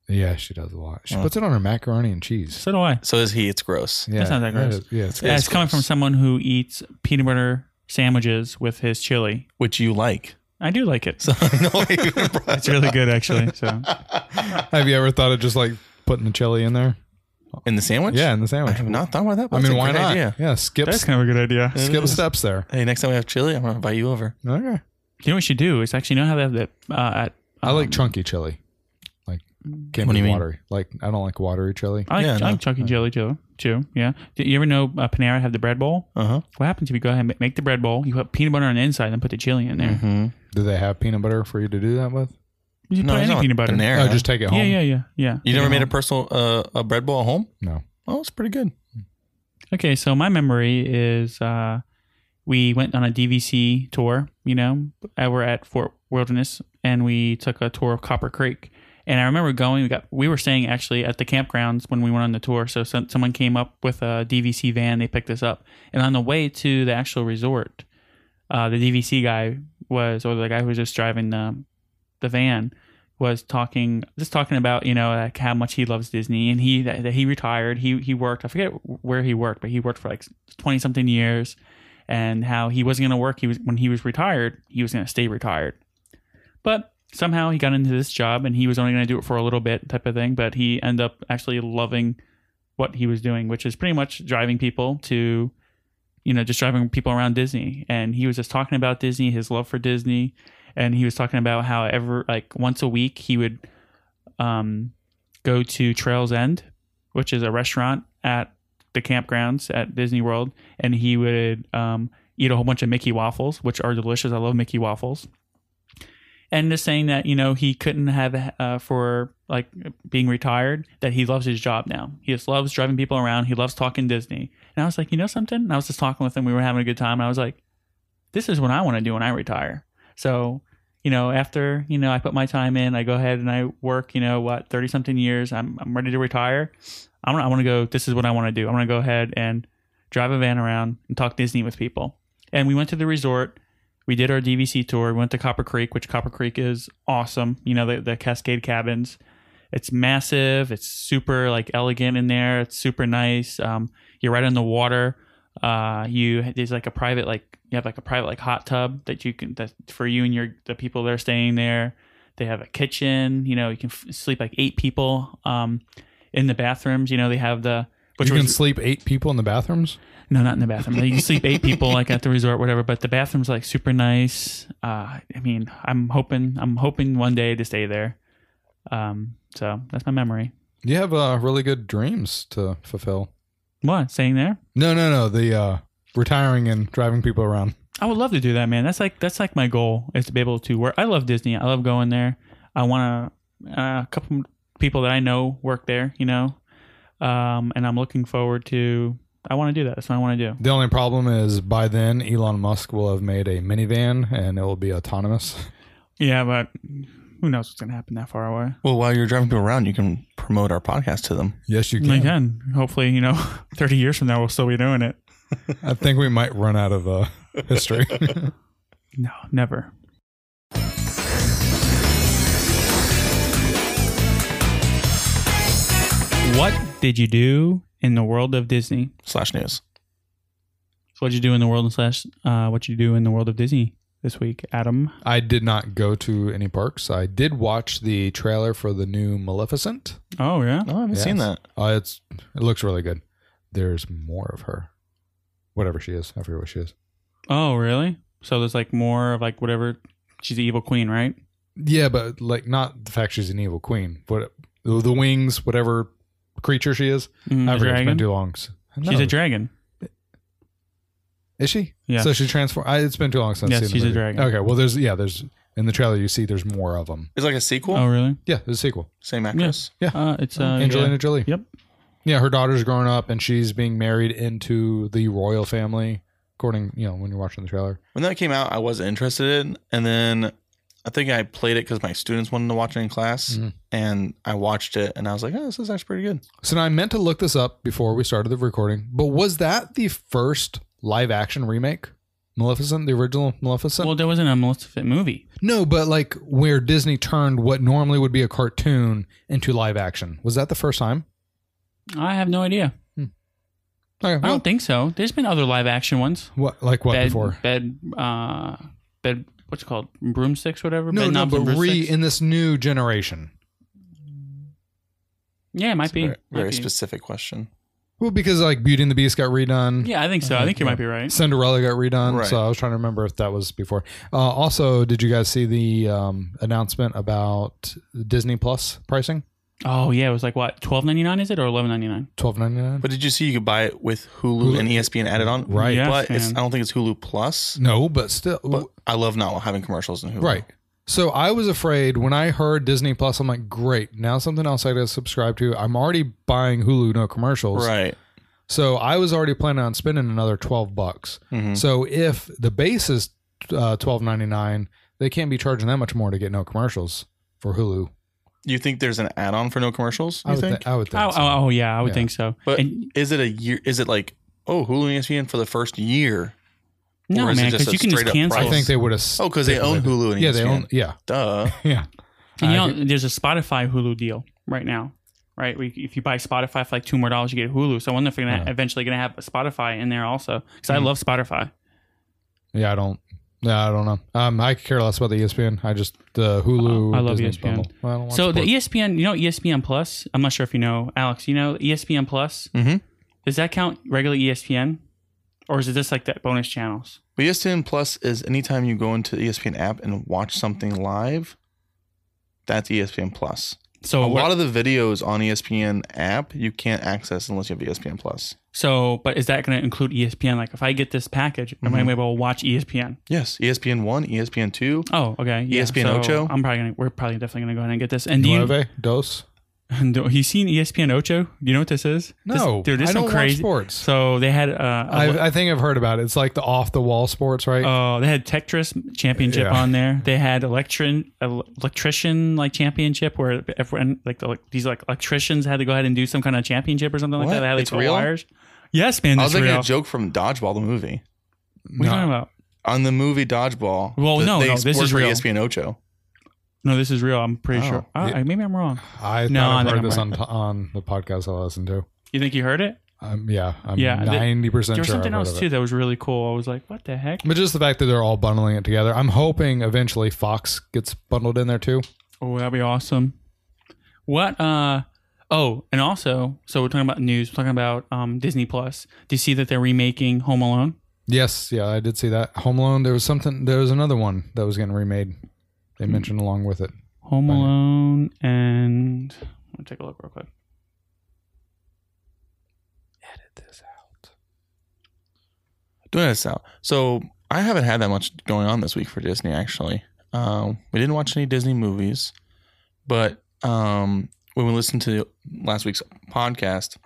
Yeah, she does a lot. She Oh. puts it on her macaroni and cheese. So do I. So does he. It's gross. Yeah, sounds like gross. is- yeah, it's Yeah, It's it's coming from gross. someone who eats peanut butter sandwiches with his chili. Which you like. I do like it. So no way you even brought it's really good actually. So Have you ever thought of just like putting the chili in there? In the sandwich? Yeah, in the I sandwich. have not thought about that. But I that's mean, a why great not? idea. Yeah, skip that's kind of a good idea. Do skip steps there. Hey, next time we have chili, I'm going to invite you over. Okay. you know what you should do? Is actually you know how they have that uh, at. I like um, chunky chili. Like can't Mm. What do be you mean? watery. Like I don't like watery chili. I like, Yeah, I no. like chunky jelly too. Too. Yeah. Did you ever know uh, Panera have the bread bowl? Uh Uh-huh. huh. What happens if you go ahead and ma- make the bread bowl? You put peanut butter on the inside and put the chili in there. Mm-hmm. Do they have peanut butter for you to do that with? You can put any peanut butter. Oh, just take it home. Yeah, yeah, yeah, yeah. you never made a personal uh, a bread bowl at home? No. Oh, it's pretty good. Okay, so my memory is uh, we went on a DVC tour. You know, uh, we're at Fort Wilderness, and we took a tour of Copper Creek. And I remember going. We got we were staying actually at the campgrounds when we went on the tour. So some, someone came up with a DVC van. They picked us up, and on the way to the actual resort, uh, the DVC guy was, or the guy who was just driving the the van, was talking just talking about you know like how much he loves Disney and he that, that he retired he he worked I forget where he worked but he worked for like twenty something years and how he wasn't going to work he was when he was retired he was going to stay retired but somehow he got into this job and he was only going to do it for a little bit type of thing but he ended up actually loving what he was doing which is pretty much driving people to you know just driving people around Disney and he was just talking about Disney his love for Disney and he was talking about how ever like once a week he would um go to Trails End, which is a restaurant at the campgrounds at Disney World, and he would um eat a whole bunch of Mickey waffles, which are delicious. I love Mickey waffles. And just saying that you know he couldn't have uh, for like being retired that he loves his job now. He just loves driving people around. He loves talking Disney. And I was like, you know something? And I was just talking with him. We were having a good time. And I was like, this is what I want to do when I retire. So, you know, after, you know, I put my time in, I go ahead and I work, you know, what, 30 something years, I'm, I'm ready to retire. I'm, I want to go, this is what I want to do. I want to go ahead and drive a van around and talk Disney with people. And we went to the resort. We did our DVC tour. We went to Copper Creek, which Copper Creek is awesome. You know, the, the Cascade Cabins. It's massive. It's super like elegant in there. It's super nice. Um, you're right on the water uh you there's like a private like you have like a private like hot tub that you can that for you and your the people that are staying there they have a kitchen you know you can f- sleep like eight people um in the bathrooms you know they have the Which you was can sleep eight people in the bathrooms. No, not in the bathroom. You can sleep eight people like at the resort, whatever. But the bathroom's like super nice. Uh, I mean, I'm hoping I'm hoping one day to stay there. Um, so that's my memory. You have uh, really good dreams to fulfill. What staying there? No, no, no. The uh, retiring and driving people around. I would love to do that, man. That's like that's like my goal is to be able to work. I love Disney. I love going there. I want to uh, a couple people that I know work there. You know, um, and I'm looking forward to. I want to do that. That's what I want to do. The only problem is by then Elon Musk will have made a minivan and it will be autonomous. Yeah, but who knows what's gonna happen that far away? well, while you're driving people around, you can promote our podcast to them. Yes, you I can. can. Hopefully, you know, 30 years from now, we'll still be doing it. I think we might run out of uh, history. No, never. What did you do in the world of Disney? Slash news. So what'd you do in the world of slash? Uh, what you do in the world of Disney this week, Adam? I did not go to any parks. I did watch the trailer for the new Maleficent. Oh yeah, Oh, I haven't Yes. seen that. Uh, it's it looks really good. There's more of her, whatever she is. I forget what she is. oh really? So there's like more of like whatever. She's the evil queen, right? Yeah, but like not the fact she's an evil queen, but the, the wings, whatever creature she is. Mm, I a forget. It's been dragon. too long. s- She's No. a dragon. Is she? Yeah. So she transform. I, it's been too long since. Yes, I've seen she's a the movie. dragon. Okay. Well, there's yeah, there's in the trailer you see there's more of them. It's like a sequel. Oh really? Yeah, there's a sequel. Same actress. Uh, it's uh, Angelina yeah. Jolie. Yep. Yeah, her daughter's grown up and she's being married into the royal family. According, you know, when you're watching the trailer. When that came out, I wasn't interested in, and then I think I played it because my students wanted to watch it in class, Mhm. and I watched it, and I was like, "Oh, this is actually pretty good." So now I meant to look this up before we started the recording, but was that the first live action remake? Maleficent, the original Maleficent? Well, there wasn't a Maleficent movie. no, but like where Disney turned what normally would be a cartoon into live action. Was that the first time? I have no idea. Okay, I well, don't think so. There's been other live action ones. what, like what bed, before? Bed, uh, bed, what's it called? Broomsticks, whatever? No, bed no, knobs and but re broomsticks? in this new generation. yeah, it might be. Very, very might be. specific question. Well, because like Beauty and the Beast got redone. Yeah, I think Uh-huh, so. I think you might be right. Cinderella got redone, Right. so I was trying to remember if that was before. Uh, also, did you guys see the um, announcement about Disney Plus pricing? Oh yeah, it was like what twelve ninety nine is it or eleven ninety nine? Twelve ninety nine. But did you see you could buy it with Hulu, Hulu. and E ESPN added on? Right. Yes, but it's, I man. don't think it's Hulu Plus. No, but still, But I love not having commercials in Hulu. right. So I was afraid when I heard Disney Plus, I'm like, great, now something else I gotta subscribe to. I'm already buying Hulu, no commercials. Right. So I was already planning on spending another twelve bucks. Mhm. So if the base is uh, twelve ninety nine, they can't be charging that much more to get no commercials for Hulu. You think there's an add-on for no commercials? I You would, think? thi- I would think. Oh, so. oh, oh yeah, I would Yeah. think so. But and, is it a year? Is it like oh Hulu and ESPN for the first year? no or is it man, just because a you can just straight-up cancel. price? I think they would have. Oh, because they own Hulu and E Yeah, ESPN. they own. Yeah, Duh. yeah. And you I know, there's a Spotify Hulu deal right now, right? We, if you buy Spotify for like two more dollars, you get Hulu. So I wonder if they're gonna, Yeah. eventually going to have Spotify in there also, because Mm-hmm. I love Spotify. Yeah, I don't. No, I don't know. Um, I could care less about the ESPN. I just the Hulu. I love E Disney ESPN. bundle. I don't watch So the E sports. ESPN, you know ESPN Plus. I'm not sure if you know, Alex. You know E ESPN Plus. Mm-hmm. Mhm. Does that count regular E ESPN, or is it just like that bonus channels? But E ESPN Plus is anytime you go into the E ESPN app and watch something live, that's E ESPN Plus. So A lot of the videos on E ESPN app you can't access unless you have E ESPN Plus. so, but is that going to include E ESPN? Like, if I get this package, am I Mm-hmm. Mhm. able to watch E ESPN? Yes, E ESPN One, ESPN Two. Oh, okay. E Yeah. ESPN so Ocho? I'm probably gonna. We're probably definitely gonna go ahead and get this. And do you? Nueve, Dos. Do, you seen E ESPN Ocho? Do you know what this is? This- No, dude, this is I some don't watch crazy sports. So they had. Uh, a- I've, I think I've heard about it. It's like the off the wall sports, right? Oh, they had Tetris championship Yeah. on there. They had electron el- electrician like championship where everyone like the, like, these like electricians had to go ahead and do some kind of championship or something like What? that. They had like It's the real? wires. Yes, man, I that's was making real. a joke from Dodgeball the movie. What are you No. talking about? On the movie Dodgeball, Well, th- no, they no, this worked is for E real. ESPN Ocho. No, this is real. I'm pretty Oh. sure. Oh, Yeah. I- maybe I'm wrong. No, I I thought think I've I'm heard this on, right. on the podcast I listen to. You think you heard it? Um, yeah, I'm Yeah, the- ninety percent There sure. was something I've heard else of too it. that was really cool. I was like, what the heck? But just the fact that they're all bundling it together, I'm hoping eventually Fox gets bundled in there too. Oh, that'd be awesome. What? uh Oh, and also, so we're talking about news. We're talking about um, Disney Plus. Do you see that they're remaking Home Alone? Yes, yeah, I did see that. Home Alone. There was something. There was another one that was getting remade. They Hmm. mentioned along with it. Home Right. Alone and I'm gonna take a look real quick. Doing this out. So I haven't had that much going on this week for Disney. Actually, um, we didn't watch any Disney movies, but um, when we listened to last week's podcast,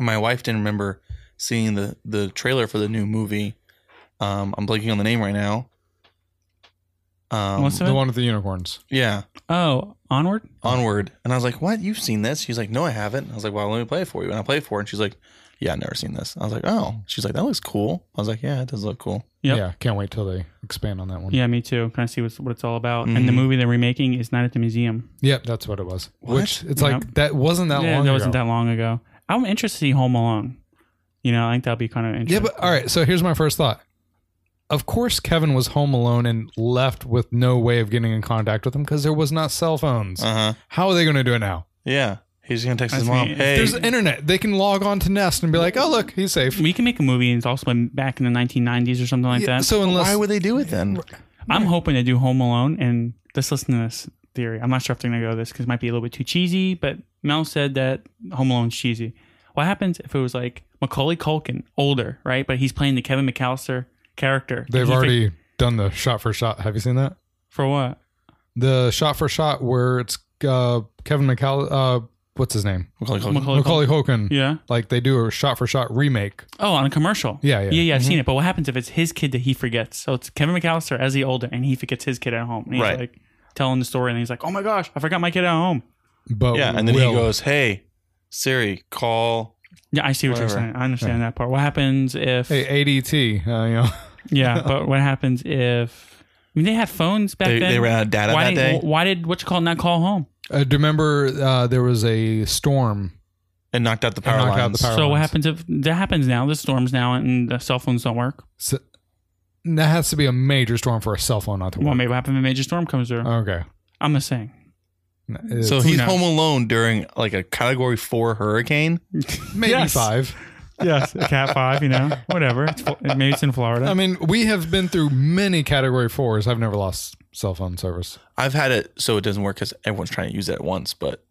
my wife didn't remember seeing the the trailer for the new movie. Um, I'm blanking on the name right now. Um, What's The it? one with the unicorns. Yeah, Oh, Onward. Onward. And I was like, What? You've seen this? She's like, No, I haven't. I was like, Well, let me play it for you. And I played it for her. And she's like, Yeah, I've never seen this. I was like, Oh. She's like, That looks cool. I was like, Yeah, it does look cool. Yep. Yeah, can't wait till they expand on that one. Yeah, me too. Kind of see what's, what it's all about. And the Mm-hmm. Mhm. movie they're remaking is not at the museum. Yep, that's what it was. What? Which it's Yeah. like that wasn't that yeah, long. that wasn't ago. that long ago. I'm interested to see Home Alone. You know, I think that'll be kind of Yeah, interesting. but all right. So here's my first thought. Of course, Kevin was home alone and left with no way of getting in contact with him because there was not cell phones. Uh huh. How are they going to do it now? Yeah. He's going to text his I mom, see. Hey, There's the internet. They can log on to Nest and be like, "Oh, look, he's safe." we can make a movie and it's also been back in the 1990s or something like Yeah, that. so unless why would they do it then? I'm hoping to do Home Alone and let's listen to this theory. I'm not sure if they're going to go this because it might be a little bit too cheesy, but Mel said that Home Alone's cheesy. What happens if it was like Macaulay Culkin, older, right? But he's playing the Kevin McAllister character. They've He fi- already done the shot for shot. Have you seen that? for what? The shot for shot where it's uh, Kevin McCall. Uh, what's his name? Macaulay Culkin. Macaulay- Oh, Macaulay Culkin. Yeah. Like they do a shot for shot remake. Oh, on a commercial. Yeah, yeah. Mm-hmm. yeah. I've seen it. But what happens if it's his kid that he forgets? So it's Kevin McAllister as the older, and he forgets his kid at home. And he's Right. like telling the story, and he's like, "Oh my gosh, I forgot my kid at home." But Yeah. And then will- he goes, Hey, Siri, call. Yeah, I see what you're Whatever. saying. I understand that part. What happens if? "Hey, ADT, uh, you know, Yeah, but what happens if? I mean, they had phones back They, then. they ran out of data why that didn't- day. Why did what you call it not call home? uh, do you remember uh, there was a storm? and knocked out the And power knocked out lines. the power- so what lines. happens if that happens now? The storms now, and the cell phones don't work. So, that has to be a major storm for a cell phone not to Well, work. maybe what happens if a major storm comes through? okay. I'm just saying. It's so he's knows? home alone during like a category four hurricane. maybe Yes. five. Yes, a cat five. You know, whatever. It's, Fl- maybe it's in Florida. I mean, we have been through many category fours. I've never lost cell phone service. I've had it so it doesn't work because everyone's trying to use it at once, but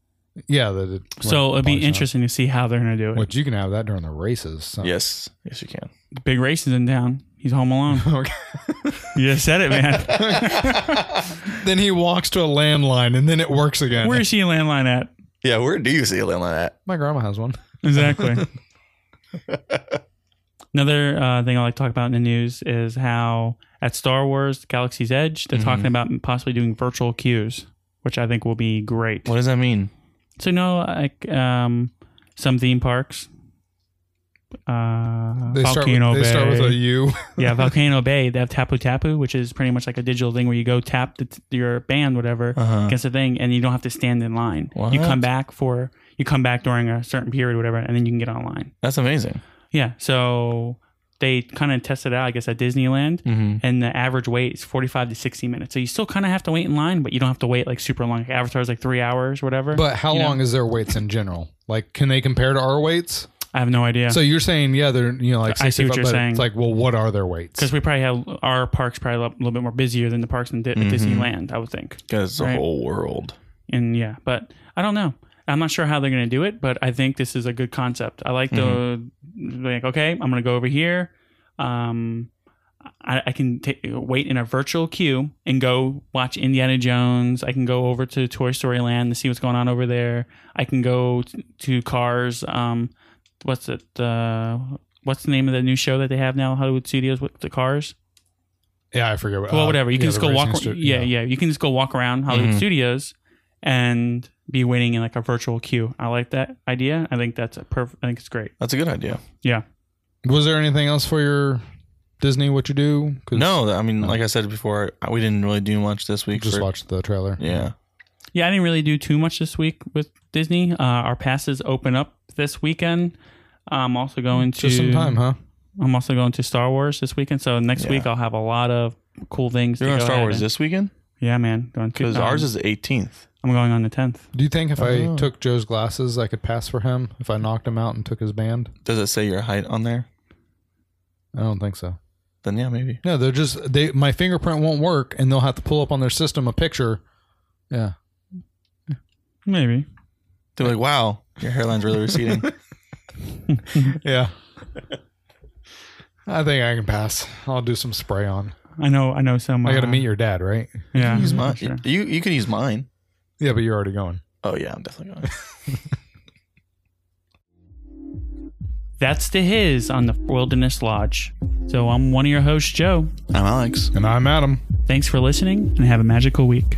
Yeah, that it, so it'd be Probably interesting to see how they're going to do it. Not. Which you can have that during the races. So. yes, yes, you can. The Big race is in town. He's home alone. Okay. you just said it, man. then he walks to a landline and then it works again. Where is she landline at? Yeah, where do you see a landline at? My grandma has one. Exactly. Another uh, thing I like to talk about in the news is how at Star Wars Galaxy's Edge, Mm-hmm. they're talking about possibly doing virtual queues, which I think will be great. What does that mean? So, you know, like um, some theme parks, uh, They start, with, Volcano they start with Bay. a U. yeah, Volcano Bay, they have Tapu Tapu, which is pretty much like a digital thing where you go tap the, your band, whatever, Uh-huh. against a thing, and you don't have to stand in line. You What? come back for you come back during a certain period, whatever, and then you can get online. That's amazing. Yeah, so they kind of tested it out, I guess, at Disneyland, Mm-hmm. and the average wait is forty-five to sixty minutes. So you still kind of have to wait in line, but you don't have to wait like super long. Like Avatar's like three hours, whatever. But how You know? long is their weights in general? Like, can they compare to our weights? I have no idea. So you're saying, yeah, they're you know like I see what 65, you're but saying. It's like, well, what are their weights? because we probably have our parks probably a little- little bit more busier than the parks in Di- at Mm-hmm. Mhm. Disneyland, I would think. Because it's Right. a whole world. and yeah but i don't know i'm not sure how they're going to do it but i think this is a good concept i like the like okay i'm going to go over here um i, I can ta- wait in a virtual queue and go watch indiana jones i can go over to toy story land to see what's going on over there i can go t- to cars um what's it uh what's the name of the new show that they have now hollywood studios with the cars yeah, I forget. what- well, uh, whatever. You can yeah, just the go walk. racing stri- yeah, yeah, You can just go walk around Hollywood Mhm. Studios and be waiting in like a virtual queue. I like that idea. I think that's a perfect. I think it's great. That's a good idea. Yeah. Was there anything else for your Disney? What you do? 'Cause No, I mean, like I said before, I- we didn't really do much this you week. just for- watched the trailer. Yeah. Yeah, I didn't really do too much this week with Disney. Uh, our passes open up this weekend. I'm also going to. Just some time, huh? I'm also going to Star Wars this weekend. So next Yeah. week I'll have a lot of cool things. You're to going go to Star ahead Wars and- this weekend? Yeah, man. Going to- Because ours um, is the 18th. I'm going on the 10th. Do you think if I Oh. took Joe's glasses, I could pass for him if I knocked him out and took his band? Does it say your height on there? I don't think so. Then yeah, maybe. No, they're just they. My fingerprint won't work, and they'll have to pull up on their system a picture. Yeah, Maybe. They're like, wow, your hairline's really receding. yeah. I think I can pass. I'll do some spray on. I know. I know someone. I got to meet your dad, right? Yeah. Use mine. sure. You you can use mine. Yeah, but you're already going. Oh yeah, I'm definitely going. That's the his on the Wilderness Lodge. So I'm one of your hosts, Joe. I'm Alex. And I'm Adam. Thanks for listening and have a magical week.